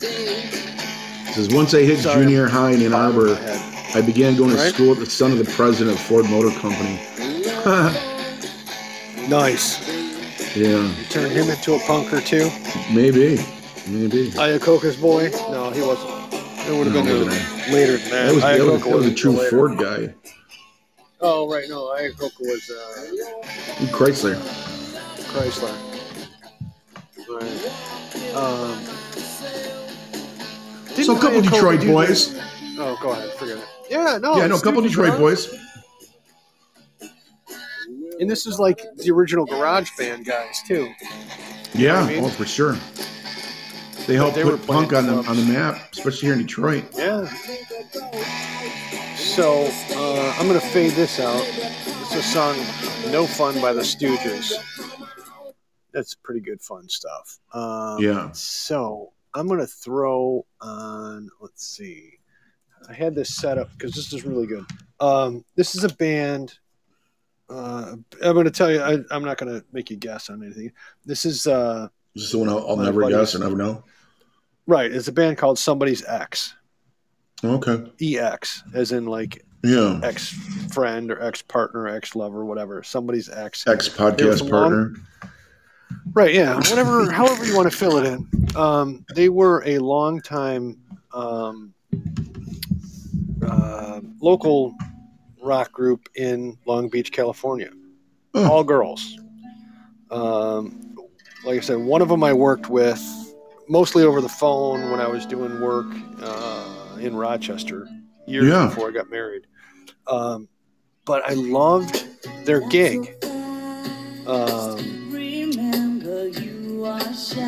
Speaker 1: It says once I hit
Speaker 2: Sorry,
Speaker 1: junior high in Ann Arbor,
Speaker 2: My head.
Speaker 1: I began going to
Speaker 2: Right.
Speaker 1: school with the son of the president of Ford Motor Company.
Speaker 2: Nice.
Speaker 1: yeah,
Speaker 2: Turn him into a punker too.
Speaker 1: maybe, maybe.
Speaker 2: Iacocca's boy? No, he wasn't. It would have
Speaker 1: No,
Speaker 2: been
Speaker 1: it
Speaker 2: a, later than that.
Speaker 1: That was, that was,
Speaker 2: Iacocca
Speaker 1: that was a
Speaker 2: wasn't
Speaker 1: true
Speaker 2: till later.
Speaker 1: Ford guy.
Speaker 2: Oh, right. No, Iacocca was uh,
Speaker 1: Chrysler.
Speaker 2: Chrysler. Right. Um, Didn't
Speaker 1: So a couple
Speaker 2: Ryan Coogler
Speaker 1: Detroit
Speaker 2: do that?
Speaker 1: boys.
Speaker 2: Oh, go ahead. Forget it. Yeah, no.
Speaker 1: Yeah, no, a
Speaker 2: it's
Speaker 1: couple
Speaker 2: stupid,
Speaker 1: Detroit
Speaker 2: bro.
Speaker 1: boys.
Speaker 2: And this is like the original Garage Band guys too.
Speaker 1: Yeah,
Speaker 2: I mean?
Speaker 1: oh for sure. They helped
Speaker 2: they were
Speaker 1: put
Speaker 2: playing
Speaker 1: punk on the
Speaker 2: clubs.
Speaker 1: on the map, especially here in Detroit.
Speaker 2: Yeah. So uh, I'm gonna fade this out. It's a song, "No Fun" by the Stooges. That's pretty good fun stuff. Um,
Speaker 1: Yeah.
Speaker 2: So I'm gonna throw on. Let's see. I had this set up because this is really good. Um, this is a band. Uh, I'm gonna tell you. I, I'm not gonna make you guess on anything. This is uh,
Speaker 1: This is the one I'll, I'll
Speaker 2: My
Speaker 1: never guess
Speaker 2: buddies.
Speaker 1: or never know.
Speaker 2: right. It's a band called Somebody's Ex.
Speaker 1: Okay.
Speaker 2: EX, as in like
Speaker 1: Yeah.
Speaker 2: ex friend or ex partner, ex lover, whatever. Somebody's ex.
Speaker 1: Ex
Speaker 2: They're
Speaker 1: podcast
Speaker 2: from
Speaker 1: partner.
Speaker 2: Right, yeah. Whatever, however you want to fill it in. Um, they were a long time um, uh, local rock group in Long Beach, California.
Speaker 1: Huh.
Speaker 2: All girls. Um, like I said, one of them I worked with mostly over the phone when I was doing work uh, in Rochester years
Speaker 1: Yeah.
Speaker 2: before I got married. Um, but I loved their gig. Um,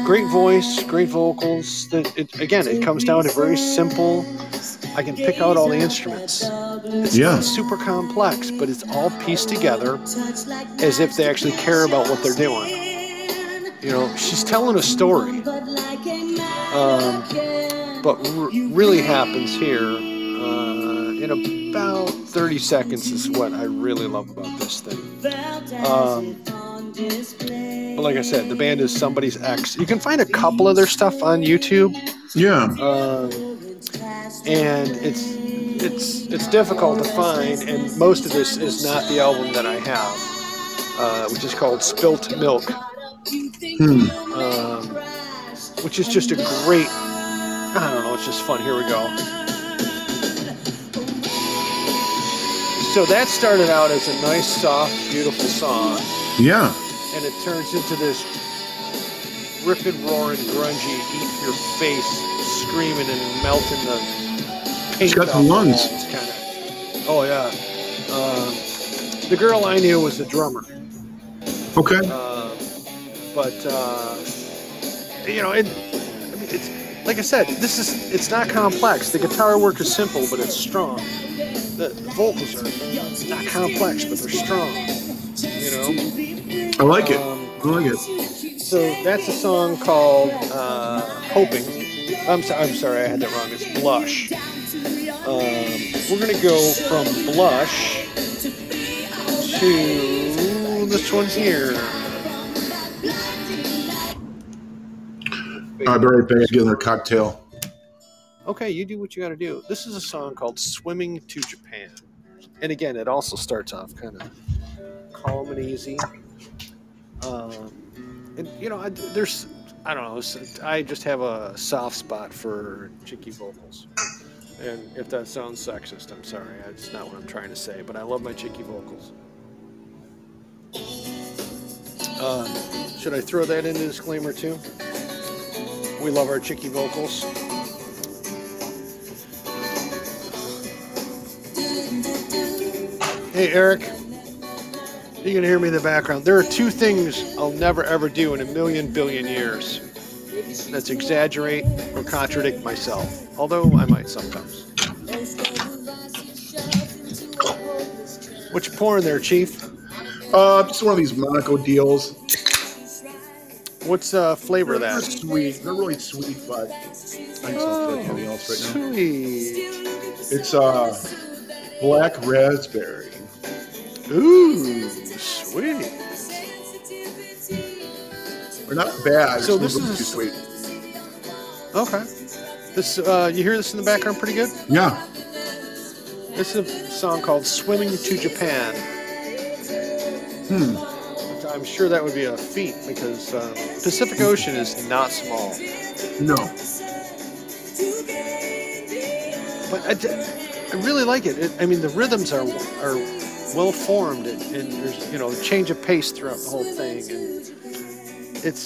Speaker 2: great voice, great vocals. That it, again, it comes down to very simple. I can pick out all the instruments. It's
Speaker 1: Yeah.
Speaker 2: not super complex, but it's all pieced together as if they actually care about what they're doing. You know, she's telling a story. Um, but r- really happens here uh, in about 30 seconds is what I really love about this thing. Um, but like I said, the band is somebody's ex. You can find a couple of their stuff on YouTube,
Speaker 1: Yeah.
Speaker 2: um, and it's it's it's difficult to find. And most of this is not the album that I have, uh, which is called Spilt Milk,
Speaker 1: Hmm.
Speaker 2: um, which is just a great. I don't know. It's just fun. Here we go. So that started out as a nice, soft, beautiful song
Speaker 1: Yeah.
Speaker 2: and it turns into this ripping, roaring, grungy, eat your face, screaming and melting the paint
Speaker 1: got
Speaker 2: off
Speaker 1: some lungs.
Speaker 2: Kind of. Oh yeah. Um, the girl I knew was the drummer,
Speaker 1: Okay.
Speaker 2: Um but uh, you know, it, I mean, it's like I said, this is it's not complex. The guitar work is simple, but it's strong. The vocals are not complex, but they're strong. You know.
Speaker 1: I like it.
Speaker 2: Um,
Speaker 1: I like it.
Speaker 2: So that's a song called uh, "Hoping." I'm sorry. I'm sorry. I had that wrong. It's "Blush." Um, we're gonna go from "Blush" to this one here.
Speaker 1: I'll be right back getting their cocktail.
Speaker 2: Okay, you do what you gotta do. This is a song called "Swimming to Japan," and again, it also starts off kind of calm and easy. Um, and you know, I, there's I don't know. s- I just have a soft spot for cheeky vocals. And if that sounds sexist, I'm sorry. That's not what I'm trying to say. But I love my cheeky vocals. Um, should I throw that in the disclaimer too? We love our cheeky vocals. Hey, Eric. You can hear me in the background. There are two things I'll never ever do in a million billion years. That's exaggerate or contradict myself. Although I might sometimes. What you pouring there, Chief?
Speaker 1: Uh, just one of these Monaco deals.
Speaker 2: What's uh, flavor of
Speaker 1: They're
Speaker 2: that?
Speaker 1: sweet. They're really sweet, but I just don't feel like anything else right now.
Speaker 2: Sweet.
Speaker 1: It's uh black raspberry.
Speaker 2: Ooh, sweet.
Speaker 1: They're not bad.
Speaker 2: So
Speaker 1: just a
Speaker 2: this
Speaker 1: little bit
Speaker 2: is-
Speaker 1: too sweet.
Speaker 2: Okay. This uh, you hear this in the background pretty good.
Speaker 1: Yeah.
Speaker 2: This is a song called "Swimming to Japan."
Speaker 1: Hmm.
Speaker 2: I'm sure that would be a feat because um, Pacific Ocean is not small.
Speaker 1: No.
Speaker 2: But I, d- I really like it. it. I mean, the rhythms are are well formed, and, and there's you know change of pace throughout the whole thing, and it's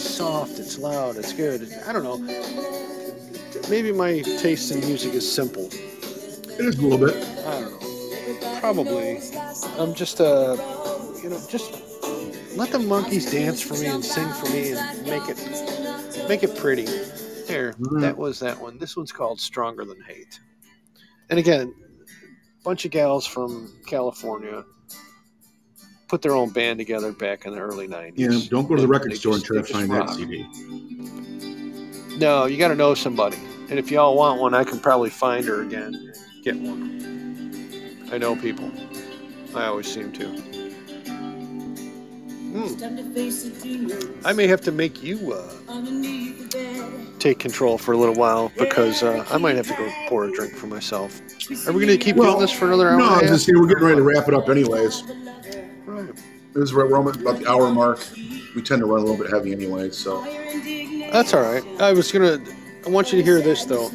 Speaker 2: soft, it's loud, it's good. I don't know. Maybe my taste in music is simple.
Speaker 1: It is a little bit.
Speaker 2: I don't know. Probably. I'm just uh, you know, just let the monkeys dance for me and sing for me and make it make it pretty. There,
Speaker 1: Mm-hmm.
Speaker 2: that was that one. This one's called Stronger Than Hate. And again, bunch of gals from California put their own band together back in the early 90s.
Speaker 1: Yeah, don't go to the record
Speaker 2: They
Speaker 1: store
Speaker 2: just-
Speaker 1: and try
Speaker 2: they
Speaker 1: to find
Speaker 2: just
Speaker 1: that
Speaker 2: rock.
Speaker 1: CD.
Speaker 2: No, you got to know somebody. And if y'all want one, I can probably find her again. and Get one. I know people. I always seem to. Hmm. I may have to make you uh, take control for a little while because uh, I might have to go pour a drink for myself. Are we going to keep
Speaker 1: Well,
Speaker 2: doing this for another hour?
Speaker 1: No,
Speaker 2: and
Speaker 1: I
Speaker 2: a
Speaker 1: was
Speaker 2: half?
Speaker 1: just saying we're getting ready to wrap it up anyways.
Speaker 2: Right.
Speaker 1: This is right, we're almost about the hour mark. We tend to run a little bit heavy anyway, so
Speaker 2: That's all right. I was gonna. I want you to hear this though,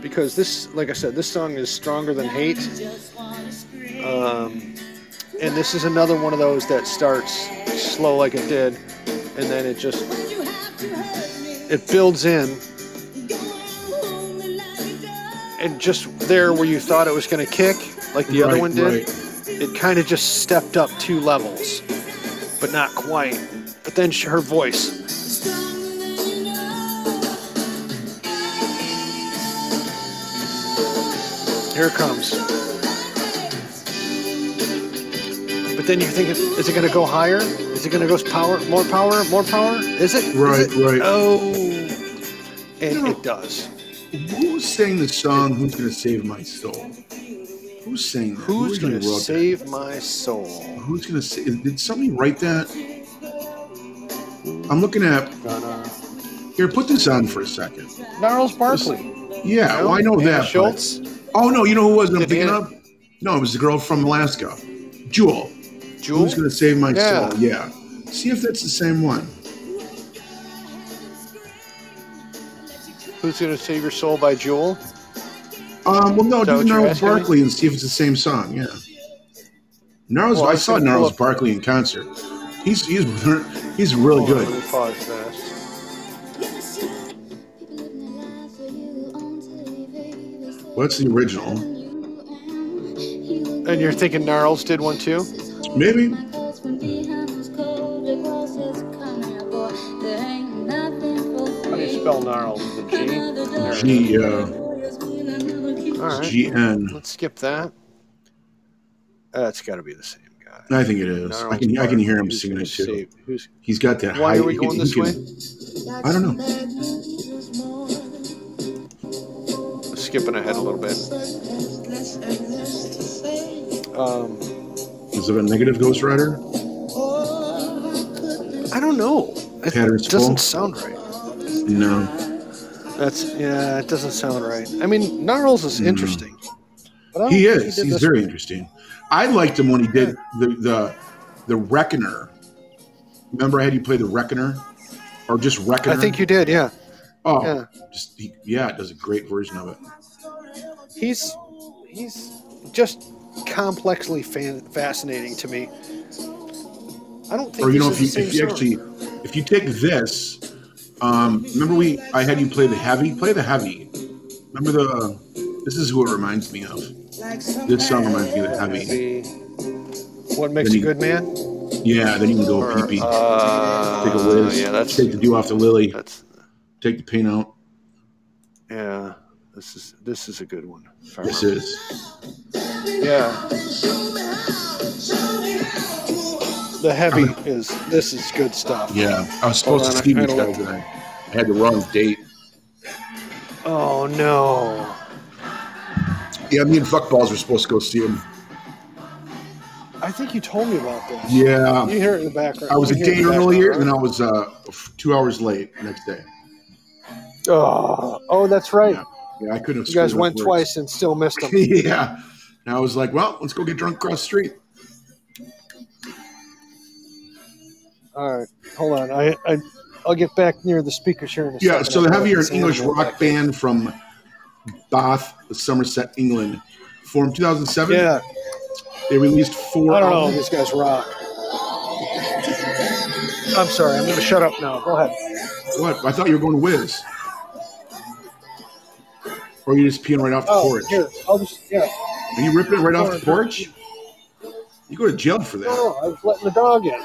Speaker 2: because this, like I said, this song is stronger than hate. Um, and this is another one of those that starts slow like it did, and then it just it builds in, and just there where you thought it was gonna kick, like the other
Speaker 1: Right,
Speaker 2: one did,
Speaker 1: right.
Speaker 2: it kind of just stepped up two levels, but not quite. But then sh her voice. Uh, Here it comes. But then you're thinking, is it going to go higher? Is it going to go power, more power, more power? Is it? Is
Speaker 1: Right,
Speaker 2: it?
Speaker 1: right.
Speaker 2: Oh, and
Speaker 1: No.
Speaker 2: it does.
Speaker 1: Who sang the song "Who's Gonna Save My Soul"? Who sang that? Who
Speaker 2: Who's going to
Speaker 1: originally wrote that?
Speaker 2: save my soul?
Speaker 1: Who's gonna say? Did somebody write that? I'm looking at.
Speaker 2: Gonna...
Speaker 1: Here, put this on for a second.
Speaker 2: Gnarls Barkley.
Speaker 1: Yeah, well, I know
Speaker 2: Anna
Speaker 1: that. but-
Speaker 2: Schultz.
Speaker 1: oh no, you know who was I'm
Speaker 2: Did
Speaker 1: thinking
Speaker 2: Anna-
Speaker 1: of? No, it was the girl from Alaska, Jewel.
Speaker 2: Jewel?
Speaker 1: Who's gonna save my
Speaker 2: Yeah.
Speaker 1: soul? Yeah. See if that's the same one.
Speaker 2: Who's gonna save your soul by Jewel?
Speaker 1: Um, well, no,
Speaker 2: Is that
Speaker 1: do
Speaker 2: what you're
Speaker 1: Gnarls
Speaker 2: asking me?
Speaker 1: Barkley and see if it's the same song. Yeah. Gnarls,
Speaker 2: Well,
Speaker 1: I
Speaker 2: I
Speaker 1: saw
Speaker 2: can pull
Speaker 1: Gnarls
Speaker 2: up-
Speaker 1: Barkley in concert. He's he's he's really
Speaker 2: Hold
Speaker 1: Oh,
Speaker 2: on,
Speaker 1: good.
Speaker 2: let me pause fast.
Speaker 1: What's the original?
Speaker 2: And you're thinking Gnarls did one too?
Speaker 1: Maybe.
Speaker 2: How do you spell Gnarls? With a G? There it is.
Speaker 1: G uh,
Speaker 2: All right.
Speaker 1: G N.
Speaker 2: Let's skip that. That's got to be the same guy.
Speaker 1: I think it is. I can I can hear him
Speaker 2: Who's
Speaker 1: singing
Speaker 2: gonna
Speaker 1: it too.
Speaker 2: save- who's-
Speaker 1: He's got that.
Speaker 2: why
Speaker 1: high,
Speaker 2: are we
Speaker 1: he
Speaker 2: going
Speaker 1: can-
Speaker 2: this
Speaker 1: he
Speaker 2: way?
Speaker 1: can- I don't know.
Speaker 2: Skipping ahead a little bit. Um,
Speaker 1: Is it a negative Ghost Rider?
Speaker 2: I don't know. It
Speaker 1: Patterns Fall?
Speaker 2: doesn't sound right.
Speaker 1: No.
Speaker 2: That's yeah. It doesn't sound right. I mean, Gnarls is interesting. But I don't
Speaker 1: Hmm. He
Speaker 2: think
Speaker 1: is.
Speaker 2: did
Speaker 1: He's
Speaker 2: this
Speaker 1: very
Speaker 2: one.
Speaker 1: interesting. I liked him when he did the the the Reckoner. Remember, I had you play the Reckoner, or just Reckoner.
Speaker 2: I think you did. Yeah.
Speaker 1: Oh,
Speaker 2: yeah.
Speaker 1: just he, yeah, it does a great version of it.
Speaker 2: He's he's just complexly fan, fascinating to me. I don't think
Speaker 1: Or you
Speaker 2: this
Speaker 1: know,
Speaker 2: is
Speaker 1: if you
Speaker 2: the same
Speaker 1: if you
Speaker 2: song.
Speaker 1: actually if you take this, um, remember we I had you play the heavy. Play the heavy. Remember the. This is who it reminds me of. This song reminds me of the heavy.
Speaker 2: Maybe what makes
Speaker 1: Then
Speaker 2: a
Speaker 1: you-
Speaker 2: good man?
Speaker 1: Yeah, then you can go
Speaker 2: Or,
Speaker 1: pee pee,
Speaker 2: uh,
Speaker 1: take a whiz,
Speaker 2: yeah, that's
Speaker 1: take the dew off the lily,
Speaker 2: that's
Speaker 1: take the paint out.
Speaker 2: yeah. This is this is a good one. if I
Speaker 1: This
Speaker 2: remember.
Speaker 1: is.
Speaker 2: yeah. The heavy is this is good stuff.
Speaker 1: Yeah, I was supposed
Speaker 2: Hold
Speaker 1: to
Speaker 2: on,
Speaker 1: see
Speaker 2: I- I
Speaker 1: these
Speaker 2: don't-
Speaker 1: guys, and I, I had the wrong date.
Speaker 2: Oh no.
Speaker 1: Yeah, me and fuckballs were supposed to go see him.
Speaker 2: I think you told me about this.
Speaker 1: Yeah,
Speaker 2: You hear it in the background.
Speaker 1: I was a
Speaker 2: You hear it
Speaker 1: day
Speaker 2: in the
Speaker 1: earlier, and
Speaker 2: background,
Speaker 1: then I was uh, f- two hours late next day.
Speaker 2: right? oh, oh, that's right.
Speaker 1: Yeah, yeah, I couldn't. Have
Speaker 2: You
Speaker 1: screwed
Speaker 2: guys
Speaker 1: it up
Speaker 2: went
Speaker 1: worse.
Speaker 2: twice and still missed them.
Speaker 1: yeah, and I was like, well, let's go get drunk across the street.
Speaker 2: All right, hold on. I, I I'll get back near the speakers here in a
Speaker 1: Yeah,
Speaker 2: second.
Speaker 1: so
Speaker 2: I
Speaker 1: the
Speaker 2: feel
Speaker 1: heavier
Speaker 2: like
Speaker 1: an
Speaker 2: it's
Speaker 1: English
Speaker 2: animal
Speaker 1: rock
Speaker 2: back there.
Speaker 1: band from Bath, Somerset, England, formed 2007.
Speaker 2: Yeah,
Speaker 1: They released four
Speaker 2: I don't know.
Speaker 1: albums.
Speaker 2: These guys rock. I'm sorry. I'm going to shut up now. Go ahead.
Speaker 1: What? I thought you were going to Wiz. Or are you just peeing right off the
Speaker 2: Oh,
Speaker 1: porch?
Speaker 2: here. I'll just, yeah.
Speaker 1: Are you ripping it right off the porch? You go to jail for
Speaker 2: No,
Speaker 1: that.
Speaker 2: no, I was letting the dog in.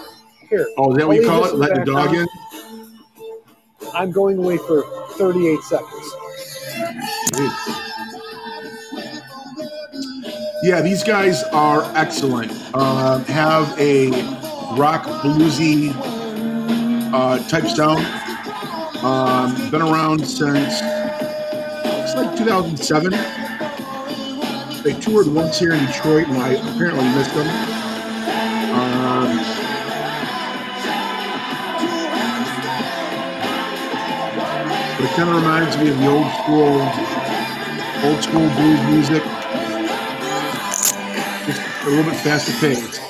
Speaker 2: Here.
Speaker 1: Oh, is that what
Speaker 2: I'll
Speaker 1: you
Speaker 2: leave
Speaker 1: call
Speaker 2: this
Speaker 1: it?
Speaker 2: in
Speaker 1: Let the dog
Speaker 2: background.
Speaker 1: in?
Speaker 2: I'm going away for 38 seconds.
Speaker 1: Yeah, these guys are excellent. Um, have a rock bluesy uh, type sound. Um, been around since looks like 2007. They toured once here in Detroit, and I apparently missed them. Um, but it kind of reminds me of the old school, old school blues music. Just a little bit faster paced.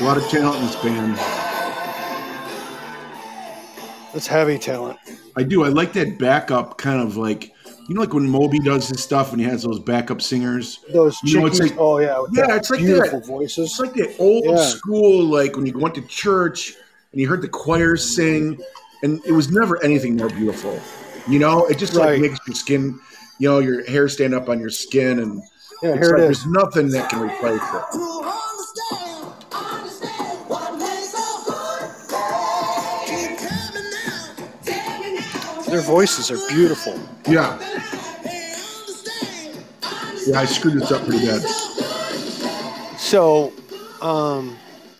Speaker 1: A lot of talent in this band.
Speaker 2: That's heavy talent.
Speaker 1: I do. I like that backup kind of like you know, like when Moby does his stuff and he has those backup singers.
Speaker 2: Those
Speaker 1: You know,
Speaker 2: chickies.
Speaker 1: it's like-
Speaker 2: oh, yeah. with
Speaker 1: Yeah,
Speaker 2: their
Speaker 1: it's like
Speaker 2: beautiful
Speaker 1: that.
Speaker 2: voices.
Speaker 1: It's like that old
Speaker 2: Yeah.
Speaker 1: school, like when you went to church and you heard the choir sing, and it was never anything more beautiful. You know, it just
Speaker 2: Right.
Speaker 1: like makes your skin, you know, your hair stand up on your skin, and
Speaker 2: yeah,
Speaker 1: it's like
Speaker 2: here it
Speaker 1: there's
Speaker 2: is.
Speaker 1: nothing that can replace it.
Speaker 2: Their voices are beautiful.
Speaker 1: Yeah. Yeah, I screwed this up pretty bad.
Speaker 2: So, um,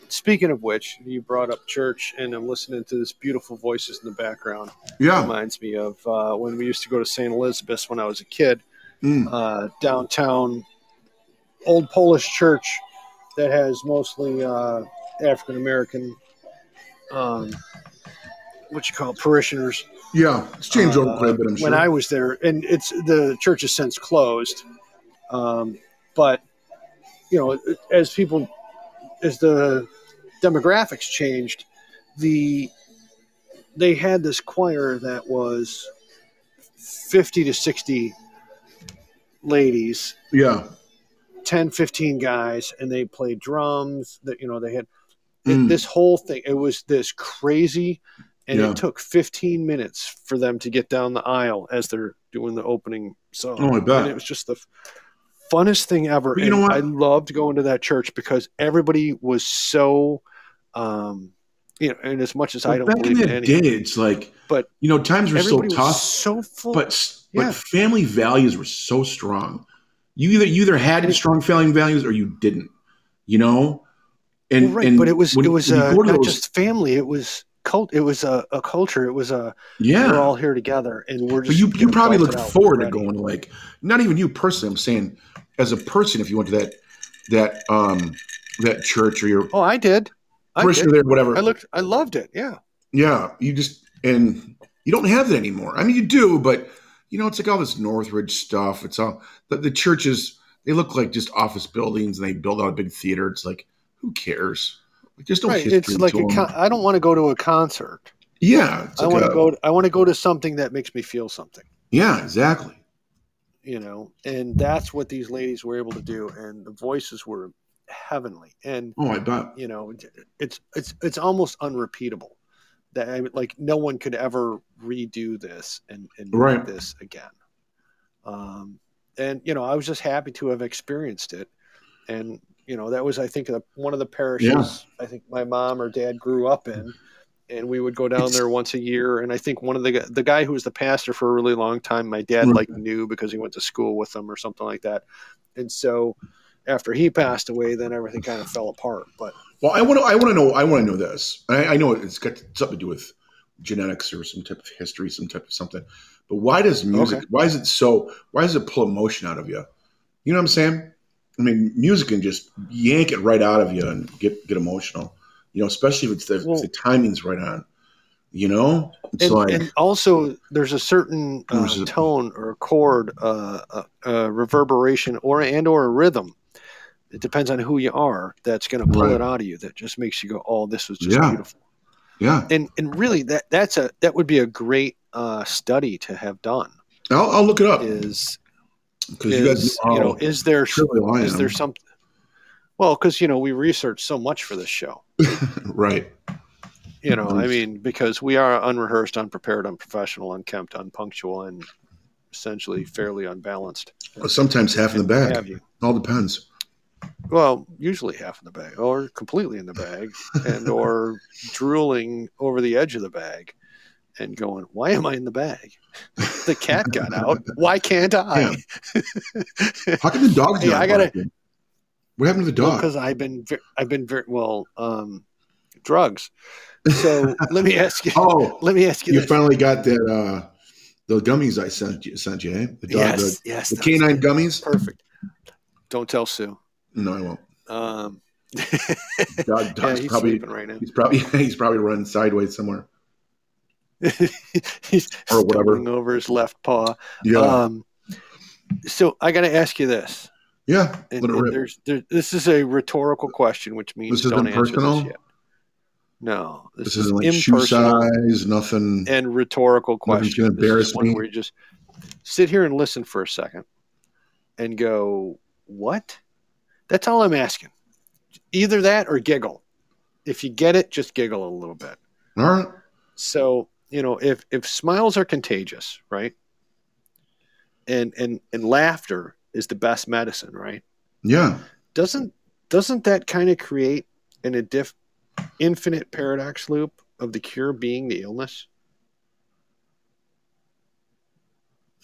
Speaker 2: speaking of which, you brought up church, and I'm listening to this beautiful voices in the background.
Speaker 1: Yeah.
Speaker 2: Reminds me of uh, when we used to go to St. Elizabeth's when I was a kid,
Speaker 1: Mm.
Speaker 2: uh, downtown old Polish church that has mostly uh, African American, um, what you call parishioners.
Speaker 1: Yeah. It's changed over quite a bit, I'm
Speaker 2: Uh, when I
Speaker 1: sure.
Speaker 2: was there, and it's the church has since closed. Um, but you know, as people, as the demographics changed, the they had this choir that was fifty to sixty ladies,
Speaker 1: Yeah.
Speaker 2: 10, 15 guys, and they played drums. That you know, they had
Speaker 1: Mm.
Speaker 2: this whole thing. It was this crazy. And
Speaker 1: Yeah.
Speaker 2: it took 15 minutes for them to get down the aisle as they're doing the opening song.
Speaker 1: Oh, I bet.
Speaker 2: And it was just the f- funnest thing ever.
Speaker 1: But you know
Speaker 2: And
Speaker 1: what?
Speaker 2: I loved going to that church because everybody was so, um, you know, and as much as
Speaker 1: But
Speaker 2: I don't
Speaker 1: back in
Speaker 2: believe in
Speaker 1: that
Speaker 2: any,
Speaker 1: day, it's like,
Speaker 2: But
Speaker 1: you know, times were still
Speaker 2: everybody
Speaker 1: tough,
Speaker 2: was so full.
Speaker 1: but
Speaker 2: yeah.
Speaker 1: but family values were so strong. You either you either had
Speaker 2: And it-
Speaker 1: strong family values or you didn't. You know, and
Speaker 2: well, right,
Speaker 1: and
Speaker 2: but it was
Speaker 1: when-
Speaker 2: it was
Speaker 1: when you
Speaker 2: uh,
Speaker 1: go to
Speaker 2: not
Speaker 1: those-
Speaker 2: just family. It was cult. It was a, a culture. It was a
Speaker 1: yeah.
Speaker 2: we're all here together, and we're
Speaker 1: but
Speaker 2: just
Speaker 1: you you
Speaker 2: gonna
Speaker 1: probably
Speaker 2: belt it
Speaker 1: look
Speaker 2: out.
Speaker 1: forward
Speaker 2: We're
Speaker 1: to
Speaker 2: ready.
Speaker 1: going to like not even you personally. I'm saying as a person, if you went to that that um that church or your
Speaker 2: Oh, I did. I did.
Speaker 1: parishioner there, whatever.
Speaker 2: I looked. I loved it. Yeah.
Speaker 1: Yeah, you just and you don't have that anymore. I mean, you do, but you know, it's like all this Northridge stuff. It's all the, the churches. They look like just office buildings, and they build out a big theater. It's like, who cares? Like, there's no
Speaker 2: right.
Speaker 1: history
Speaker 2: It's like
Speaker 1: to
Speaker 2: a
Speaker 1: them.
Speaker 2: con- I don't want to go to a concert.
Speaker 1: yeah, it's
Speaker 2: I
Speaker 1: like
Speaker 2: want
Speaker 1: a-
Speaker 2: to go. I want to go to something that makes me feel something.
Speaker 1: Yeah, exactly.
Speaker 2: You know, and that's what these ladies were able to do, and the voices were heavenly, and
Speaker 1: Oh, I bet.
Speaker 2: you know, it's it's it's almost unrepeatable. That I mean, like no one could ever redo this and and make
Speaker 1: Right.
Speaker 2: this again. Um, and you know, I was just happy to have experienced it, and you know, that was I think the, one of the parishes I think my mom or dad grew up in, and we would go down
Speaker 1: It's-
Speaker 2: there once a year. And I think one of the gu- the guy who was the pastor for a really long time, my dad
Speaker 1: Right.
Speaker 2: like knew because he went to school with them or something like that, and so. After he passed away, then everything kind of fell apart. But
Speaker 1: Well, I want to. I want to know. I want to know this. I, I know it's got something to do with genetics or some type of history, some type of something. But why does music?
Speaker 2: Okay.
Speaker 1: Why is it so? Why does it pull emotion out of you? You know what I'm saying? I mean, music can just yank it right out of you and get get emotional. You know, especially if it's the, if
Speaker 2: Well-
Speaker 1: the timing's right on. You know, it's
Speaker 2: and,
Speaker 1: like
Speaker 2: and also there's a certain uh,
Speaker 1: There's a-
Speaker 2: tone or chord uh, uh, uh, reverberation or and or a rhythm it depends on who you are that's going to pull
Speaker 1: Right.
Speaker 2: it out of you that just makes you go oh this was just
Speaker 1: Yeah.
Speaker 2: beautiful
Speaker 1: yeah.
Speaker 2: and and really that that's a that would be a great uh, study to have done
Speaker 1: I'll, I'll look it up
Speaker 2: is
Speaker 1: because Uh, you guys
Speaker 2: is
Speaker 1: know how
Speaker 2: you know is there
Speaker 1: trivial I
Speaker 2: is
Speaker 1: am.
Speaker 2: there some well because you know we research so much for this show
Speaker 1: right.
Speaker 2: you know i mean because we are unrehearsed unprepared unprofessional unkempt unpunctual and essentially fairly unbalanced.
Speaker 1: Sometimes half Mm-hmm. in the
Speaker 2: Have
Speaker 1: bag.
Speaker 2: you?
Speaker 1: All depends.
Speaker 2: Well, usually half in the bag, or completely in the bag, and or drooling over the edge of the bag, and going, "Why am I in the bag? The cat got out. Why can't I?"
Speaker 1: How come the dog's
Speaker 2: Hey,
Speaker 1: not
Speaker 2: I gotta-
Speaker 1: barking? What happened to the dog?
Speaker 2: because I've been ve- I've been very well um, drugs. So let me ask you.
Speaker 1: oh,
Speaker 2: Let me ask you.
Speaker 1: you
Speaker 2: this.
Speaker 1: finally got that uh the gummies I sent you sent you, eh? The dog
Speaker 2: yes, yes,
Speaker 1: the, the
Speaker 2: that was
Speaker 1: canine gummies?
Speaker 2: perfect. Don't tell Sue.
Speaker 1: No, I won't.
Speaker 2: Um,
Speaker 1: Dog,
Speaker 2: yeah,
Speaker 1: dog's
Speaker 2: he's
Speaker 1: probably
Speaker 2: sleeping right now.
Speaker 1: he's probably he's probably running sideways somewhere.
Speaker 2: he's
Speaker 1: Or whatever.
Speaker 2: stumbling over his left paw.
Speaker 1: Yeah.
Speaker 2: Um, so I got to ask you this.
Speaker 1: yeah.
Speaker 2: And,
Speaker 1: Let it
Speaker 2: and
Speaker 1: rip.
Speaker 2: there's, there, this is a rhetorical question, which means
Speaker 1: This isn't
Speaker 2: don't answer
Speaker 1: personal?
Speaker 2: this yet. No, this,
Speaker 1: This
Speaker 2: is
Speaker 1: isn't like shoe
Speaker 2: impersonal
Speaker 1: size, nothing.
Speaker 2: and rhetorical
Speaker 1: Nothing's
Speaker 2: question.
Speaker 1: gonna
Speaker 2: This is
Speaker 1: embarrass
Speaker 2: one
Speaker 1: me.
Speaker 2: where you just sit here and listen for a second and go, "What?" That's all I'm asking. Either that or giggle. If you get it, just giggle a little bit.
Speaker 1: All right.
Speaker 2: So you know, if if smiles are contagious, right? And and and laughter is the best medicine, right?
Speaker 1: Yeah.
Speaker 2: Doesn't doesn't that kind of create an adif- infinite paradox loop of the cure being the illness?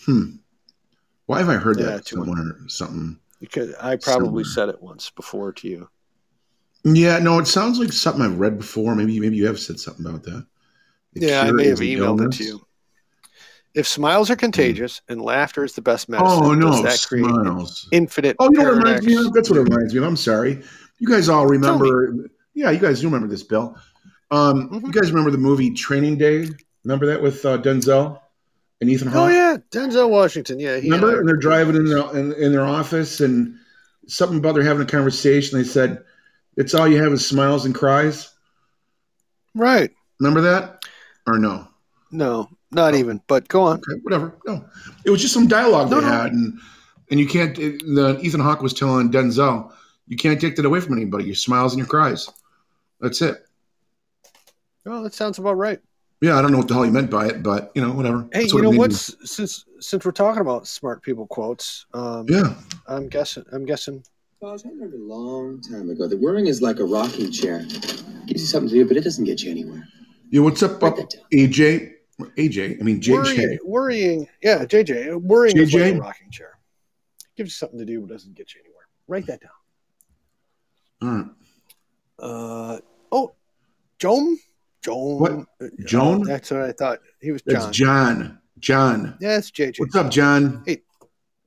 Speaker 1: Hmm. Why have I heard
Speaker 2: Yeah,
Speaker 1: that
Speaker 2: too much.
Speaker 1: somewhere? Something.
Speaker 2: Because I
Speaker 1: Somewhere.
Speaker 2: probably said it once before to you.
Speaker 1: Yeah, no, it sounds like something I've read before. Maybe maybe you have said something about that. The
Speaker 2: yeah, I
Speaker 1: cure
Speaker 2: may have
Speaker 1: is an
Speaker 2: emailed
Speaker 1: illness?
Speaker 2: it to you. If smiles are contagious and laughter is the best medicine,
Speaker 1: Hmm. Oh
Speaker 2: does
Speaker 1: no,
Speaker 2: that create an
Speaker 1: smiles.
Speaker 2: infinite
Speaker 1: Oh, you know what it
Speaker 2: paradox?
Speaker 1: reminds me of? That's what it reminds me of. I'm sorry. You guys all remember. Yeah, you guys do remember this, Bill. Um,
Speaker 2: Mhm.
Speaker 1: You guys remember the movie Training Day? Remember that with uh, Denzel and Ethan
Speaker 2: Oh
Speaker 1: Hawke?
Speaker 2: yeah, Denzel Washington. Yeah, he uh, and I
Speaker 1: uh, Remember?
Speaker 2: are
Speaker 1: And they're
Speaker 2: pretty
Speaker 1: driving in,
Speaker 2: close.
Speaker 1: the, in, in their office and something about they're having a conversation. They said, it's all you have is smiles and cries.
Speaker 2: Right.
Speaker 1: Remember that? Or no?
Speaker 2: No, not even. But go on.
Speaker 1: okay, whatever. No, it was just some dialogue
Speaker 2: No,
Speaker 1: they
Speaker 2: no.
Speaker 1: had, and and you can't. it- The Ethan Hawke was telling Denzel, you can't take that away from anybody. Your smiles and your cries. That's it.
Speaker 2: Oh, that sounds about right.
Speaker 1: Yeah, I don't know what the hell he meant by it, but you know, whatever.
Speaker 2: Hey,
Speaker 1: That's
Speaker 2: you
Speaker 1: it
Speaker 2: know
Speaker 1: means.
Speaker 2: what? S- Since since we're talking about smart people quotes, um,
Speaker 1: Yeah,
Speaker 2: I'm guessing. I'm guessing.
Speaker 8: Gosh, I learned a long time ago that worrying is like a rocking chair. Gives you something to do, but it doesn't get you anywhere.
Speaker 1: yeah. What's up,
Speaker 8: Write
Speaker 1: up
Speaker 8: that down.
Speaker 1: AJ? Or AJ, I mean JJ.
Speaker 2: Worrying, worrying. Yeah, JJ. Worrying is
Speaker 1: JJ?
Speaker 2: like a rocking chair. Gives you something to do, but doesn't get you anywhere. Write that down.
Speaker 1: All right,
Speaker 2: Uh, oh, Joan? Joan.
Speaker 1: What?
Speaker 2: Uh,
Speaker 1: Joan?
Speaker 2: oh, that's what I thought. He was
Speaker 1: that's
Speaker 2: John.
Speaker 1: John. John,
Speaker 2: yeah, it's JJ.
Speaker 1: what's up, John?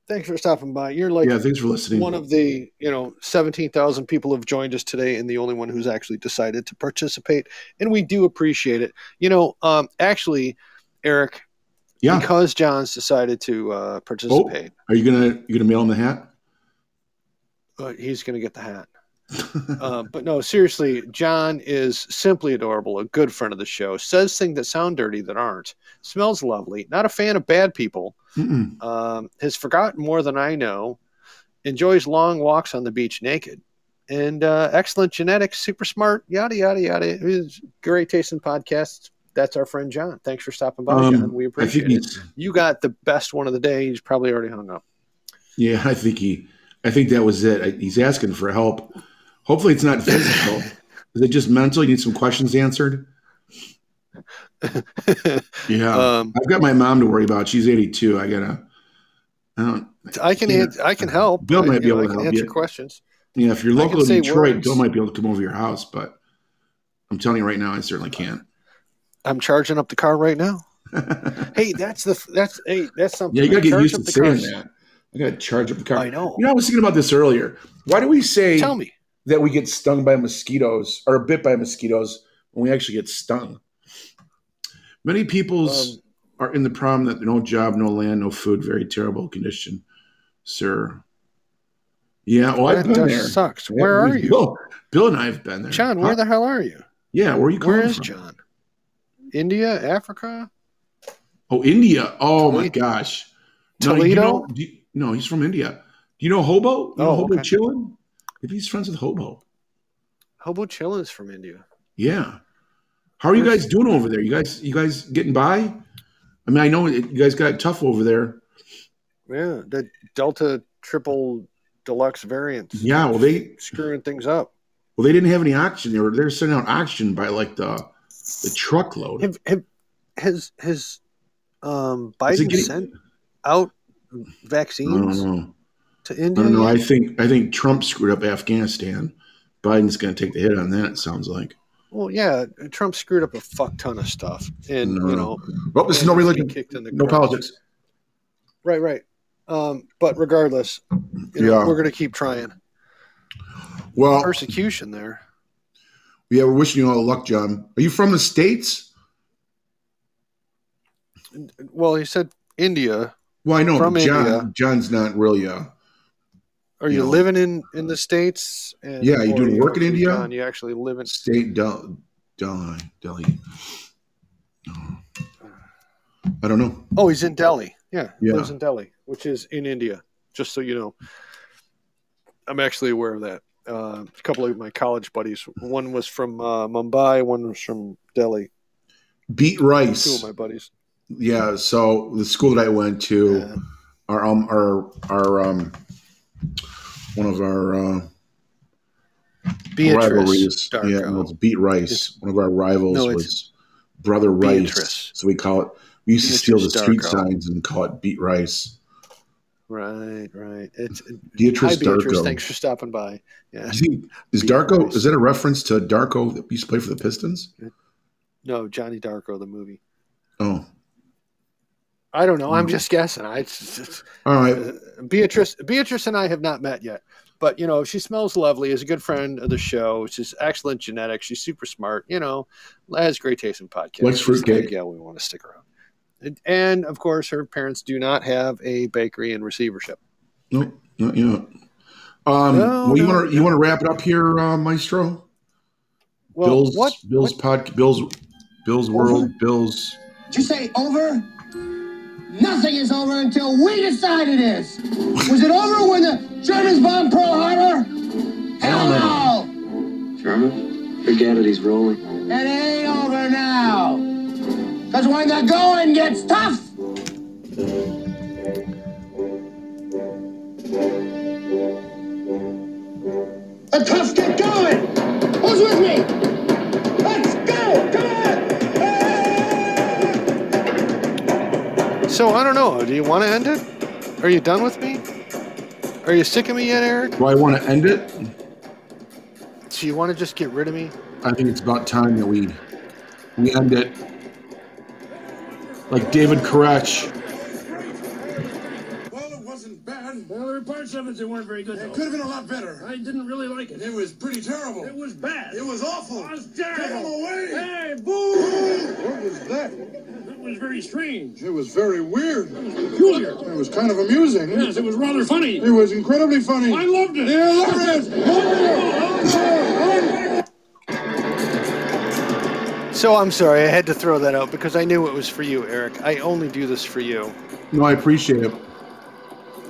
Speaker 2: Thanks for stopping by. You're like
Speaker 1: yeah, thanks for listening.
Speaker 2: one of the, you know, 17,000 people have joined us today and the only one who's actually decided to participate. And we do appreciate it. You know, um, actually, Eric,
Speaker 1: yeah.
Speaker 2: because John's decided to uh, participate,
Speaker 1: Are you gonna you gonna mail him the hat?
Speaker 2: uh, he's going to get the hat. Uh, but no, seriously, John is simply adorable, a good friend of the show, says things that sound dirty that aren't, smells lovely, not a fan of bad people,
Speaker 1: Mm-mm.
Speaker 2: um, has forgotten more than I know, enjoys long walks on the beach naked, and uh, excellent genetics, super smart, yada, yada, yada. His great taste in podcasts. That's our friend John. Thanks for stopping by,
Speaker 1: Um,
Speaker 2: John. We
Speaker 1: I think
Speaker 2: appreciate it.
Speaker 1: he's-
Speaker 2: You got the best one of the day. He's probably already hung up.
Speaker 1: Yeah, I think he. I think that was it. I, he's asking for help. Hopefully, it's not physical. Is it just mental? You need some questions answered. Yeah,
Speaker 2: um,
Speaker 1: I've got my mom to worry about. She's eighty-two. I gotta. I don't.
Speaker 2: I can
Speaker 1: Yeah.
Speaker 2: ans- I can help.
Speaker 1: Bill
Speaker 2: I,
Speaker 1: might
Speaker 2: you
Speaker 1: be
Speaker 2: know,
Speaker 1: able
Speaker 2: I
Speaker 1: to
Speaker 2: can
Speaker 1: help
Speaker 2: answer
Speaker 1: you.
Speaker 2: questions.
Speaker 1: You know, if you're
Speaker 2: I
Speaker 1: local
Speaker 2: can
Speaker 1: to
Speaker 2: say
Speaker 1: Detroit,
Speaker 2: words.
Speaker 1: Bill might be able to come over to your house. But I'm telling you right now, I certainly can't.
Speaker 2: I'm charging up the car right now.
Speaker 1: yeah,
Speaker 2: Hey, that's the that's hey, that's something.
Speaker 1: you gotta
Speaker 2: I
Speaker 1: get
Speaker 2: charge
Speaker 1: used
Speaker 2: up
Speaker 1: to
Speaker 2: the
Speaker 1: saying
Speaker 2: cars.
Speaker 1: that. I gotta charge up the car.
Speaker 2: I know.
Speaker 1: You know, I was thinking about this earlier. Why do we say
Speaker 2: Tell me.
Speaker 1: that we get stung by mosquitoes or bit by mosquitoes when we actually get stung. Many peoples
Speaker 2: Um,
Speaker 1: are in the problem that no job, no land, no food, very terrible condition, sir. Yeah, well, I've
Speaker 2: that
Speaker 1: been
Speaker 2: just
Speaker 1: there.
Speaker 2: sucks.
Speaker 1: Yeah,
Speaker 2: Where are
Speaker 1: Bill-
Speaker 2: you,
Speaker 1: Bill, Bill and I have been there.
Speaker 2: John? Where
Speaker 1: Huh?
Speaker 2: the hell are you?
Speaker 1: Yeah, where are you
Speaker 2: Where
Speaker 1: calling
Speaker 2: is
Speaker 1: from?
Speaker 2: John? India, Africa.
Speaker 1: Oh, India. Oh my
Speaker 2: Toledo-
Speaker 1: gosh. you
Speaker 2: Toledo?
Speaker 1: know, do you- no, he's from India. Do you know Hobo? You know
Speaker 2: Oh,
Speaker 1: Hobo
Speaker 2: okay.
Speaker 1: Chillin? If he's friends with Hobo.
Speaker 2: Hobo Chillin's from India.
Speaker 1: Yeah. How are you
Speaker 2: Where's-
Speaker 1: guys doing over there? You guys, you guys getting by? I mean, I know it- you guys got it tough over there.
Speaker 2: Yeah, the Delta triple deluxe variant
Speaker 1: Yeah, well they
Speaker 2: screwing things up.
Speaker 1: well they didn't have any oxygen. They were they were sending out oxygen by like the the truckload.
Speaker 2: Have, have, has has um,
Speaker 1: Is it
Speaker 2: Biden
Speaker 1: getting-
Speaker 2: sent out
Speaker 1: I don't
Speaker 2: vaccines
Speaker 1: know.
Speaker 2: to
Speaker 1: I
Speaker 2: India?
Speaker 1: don't know. I
Speaker 2: yet?
Speaker 1: think I think Trump screwed up Afghanistan. Biden's going to take the hit on that. It sounds like.
Speaker 2: well, yeah, Trump screwed up a fuck ton of stuff, and
Speaker 1: No.
Speaker 2: you know,
Speaker 1: Well, this is no
Speaker 2: and he
Speaker 1: religion,
Speaker 2: kicked in the
Speaker 1: no
Speaker 2: crotch.
Speaker 1: politics.
Speaker 2: Right, right. Um, but regardless, you know,
Speaker 1: Yeah.
Speaker 2: we're gonna keep trying
Speaker 1: Well,
Speaker 2: persecution there.
Speaker 1: yeah, we're wishing you all the luck, John. Are you from the states?
Speaker 2: Well, he said India.
Speaker 1: Well, I know
Speaker 2: From
Speaker 1: John.
Speaker 2: India.
Speaker 1: John's not really. Uh,
Speaker 2: Are you
Speaker 1: No.
Speaker 2: living in in the states? And,
Speaker 1: Yeah, you
Speaker 2: or
Speaker 1: doing work in
Speaker 2: actually
Speaker 1: India?
Speaker 2: gone? You actually live in
Speaker 1: State Del Delhi. Delhi. I don't know.
Speaker 2: Oh, he's in Delhi. Yeah, he
Speaker 1: Yeah.
Speaker 2: lives in Delhi, which is in India. Just so you know, I'm actually aware of that. Uh, a couple of my college buddies, one was from uh, Mumbai, one was from Delhi.
Speaker 1: Beat
Speaker 2: Two of
Speaker 1: Rice.
Speaker 2: my buddies.
Speaker 1: Yeah. So the school that I went to,
Speaker 2: Yeah.
Speaker 1: our um, our our um, one of our uh,
Speaker 2: Beatrice
Speaker 1: rivalries.
Speaker 2: Darko.
Speaker 1: Yeah, well, it's Beat Rice. One of our rivals
Speaker 2: No, it's
Speaker 1: was Brother
Speaker 2: Beatrice.
Speaker 1: Rice. So we call it. We used to steal the
Speaker 2: Beatrice
Speaker 1: street
Speaker 2: Darko.
Speaker 1: signs and call it Beat Rice.
Speaker 2: Right, right. It's
Speaker 1: Beatrice
Speaker 2: hi, Beatrice.
Speaker 1: Darko.
Speaker 2: Thanks for stopping by. Yeah.
Speaker 1: Is, he, is
Speaker 2: Beat
Speaker 1: Darko?
Speaker 2: Rice.
Speaker 1: Is that a reference to Darko that used to play for the Pistons?
Speaker 2: No, Johnny Darko, the movie.
Speaker 1: Oh,
Speaker 2: I don't know. I'm
Speaker 1: Mm-hmm.
Speaker 2: just guessing. I it's, it's-
Speaker 1: all right.
Speaker 2: Uh, Beatrice Beatrice and I have not met yet, but you know she smells lovely. Is a good friend of the show. She's excellent genetics. She's super smart. You know, has great taste in podcasts.
Speaker 1: Likes
Speaker 2: She's the kind of
Speaker 1: fruitcake.
Speaker 2: gal we want to stick around. And, and of course, her parents do not have a bakery in receivership.
Speaker 1: No, no, you know. Um,
Speaker 2: No,
Speaker 1: well, you
Speaker 2: no,
Speaker 1: want to you
Speaker 2: no.
Speaker 1: want to wrap it up here, uh, Maestro?
Speaker 2: Well,
Speaker 1: Bill's
Speaker 2: what?
Speaker 1: Bill's
Speaker 2: what-
Speaker 1: pod Bill's Bill's world
Speaker 7: Over?
Speaker 1: Bill's.
Speaker 7: Did you say over? Nothing is over until we decide it is. Was it over when the Germans bombed Pearl Harbor? Hell no!
Speaker 8: German? Forget it, he's rolling.
Speaker 7: It ain't over now. Because when the going gets tough, the tough get going. Who's with me? Let's go! Come on! Hey!
Speaker 2: So I don't know. Do you want to end it? Are you done with me? Are you sick of me yet, Eric?
Speaker 1: Do I want to end it?
Speaker 2: Do you want to just get rid of me?
Speaker 1: I think it's about time that we we end it. Like David Koresh.
Speaker 5: Well, it wasn't bad. Well, there were parts of it that weren't very good. It could have been a lot better. I didn't really like it. It was pretty terrible. It was bad. It was awful. It was terrible. Get him away! Hey, boo! What was that? That was very strange. It was very weird. It was peculiar. It was kind of amusing. Yes, it was rather funny. It was incredibly funny. I loved it. Yeah, loved it.
Speaker 2: So I'm sorry. I had to throw that out because I knew it was for you, Eric. I only do this for you.
Speaker 1: No, I appreciate it.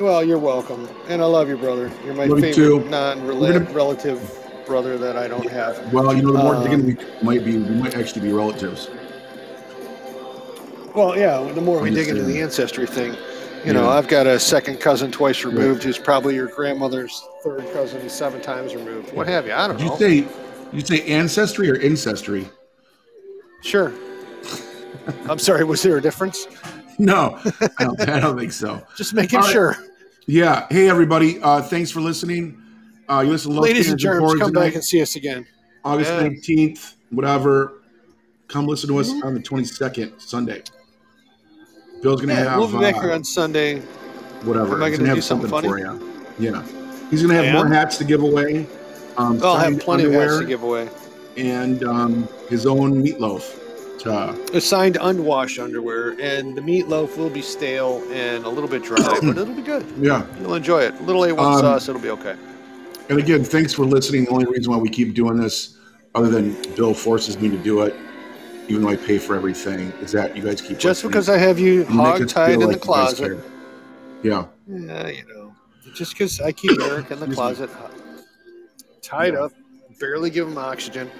Speaker 2: Well, you're welcome, and I love you, brother. You're my
Speaker 1: Love you
Speaker 2: favorite
Speaker 1: too. We're gonna-
Speaker 2: non-relative brother that I don't have.
Speaker 1: Well, you know, the more
Speaker 2: Um,
Speaker 1: digging we might be, we might actually be relatives.
Speaker 2: Well, yeah. The more we dig into
Speaker 1: Understand.
Speaker 2: the ancestry thing, you
Speaker 1: Yeah.
Speaker 2: know, I've got a second cousin twice
Speaker 1: Right.
Speaker 2: removed, who's probably your grandmother's third cousin, seven times removed. What have you? I don't
Speaker 1: Did you
Speaker 2: know.
Speaker 1: say you say ancestry or ancestry?
Speaker 2: sure. I'm sorry. Was there a difference?
Speaker 1: No, I don't, I don't think so.
Speaker 2: Just making
Speaker 1: All right.
Speaker 2: sure.
Speaker 1: Yeah. Hey, everybody. Uh, thanks for listening. Uh, you listen to Love
Speaker 2: Ladies and
Speaker 1: Stands
Speaker 2: germs,
Speaker 1: Forums
Speaker 2: come
Speaker 1: tonight,
Speaker 2: back and see us again.
Speaker 1: August
Speaker 2: Yeah.
Speaker 1: 19th, whatever. Come listen to us
Speaker 2: Mm-hmm.
Speaker 1: on the 22nd, Sunday. Bill's going to
Speaker 2: Yeah,
Speaker 1: have
Speaker 2: we'll be back
Speaker 1: uh,
Speaker 2: here on Sunday.
Speaker 1: whatever.
Speaker 2: Am I
Speaker 1: He's
Speaker 2: gonna
Speaker 1: gonna
Speaker 2: do
Speaker 1: have
Speaker 2: something
Speaker 1: something for you. Yeah. He's going to
Speaker 2: I
Speaker 1: have more
Speaker 2: am?
Speaker 1: hats to give away. Um,
Speaker 2: I'll have
Speaker 1: signed
Speaker 2: plenty of hats to
Speaker 1: underwear
Speaker 2: give away.
Speaker 1: And um, his own meatloaf. To, uh,
Speaker 2: assigned unwashed underwear, and the meatloaf will be stale and a little bit dry, but it'll be good.
Speaker 1: yeah.
Speaker 2: You'll enjoy it. A little A1
Speaker 1: Um,
Speaker 2: sauce, it'll be okay.
Speaker 1: And again, thanks for listening. The only reason why we keep doing this, other than Bill forces me to do it, even though I pay for everything, is that you guys keep
Speaker 2: Just
Speaker 1: listening.
Speaker 2: because I have you
Speaker 1: You make us
Speaker 2: hog tied
Speaker 1: feel
Speaker 2: in
Speaker 1: like
Speaker 2: the
Speaker 1: you guys
Speaker 2: closet.
Speaker 1: care. Yeah,
Speaker 2: Yeah, you know. Just because I keep Eric in the
Speaker 1: Excuse me.
Speaker 2: closet ho- tied
Speaker 1: Yeah.
Speaker 2: up, barely give him oxygen.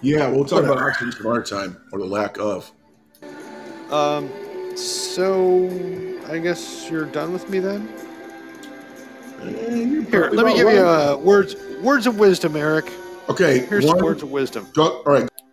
Speaker 1: yeah. We'll talk about
Speaker 2: Whatever.
Speaker 1: oxygen tomorrow time, or the lack of.
Speaker 2: Um, So, I guess you're done with me then. Here,
Speaker 1: probably
Speaker 2: let me
Speaker 1: about
Speaker 2: give you
Speaker 1: right.
Speaker 2: uh, words words of wisdom, Eric.
Speaker 1: Okay.
Speaker 2: Here's
Speaker 1: one-
Speaker 2: some words of wisdom.
Speaker 1: go, all right.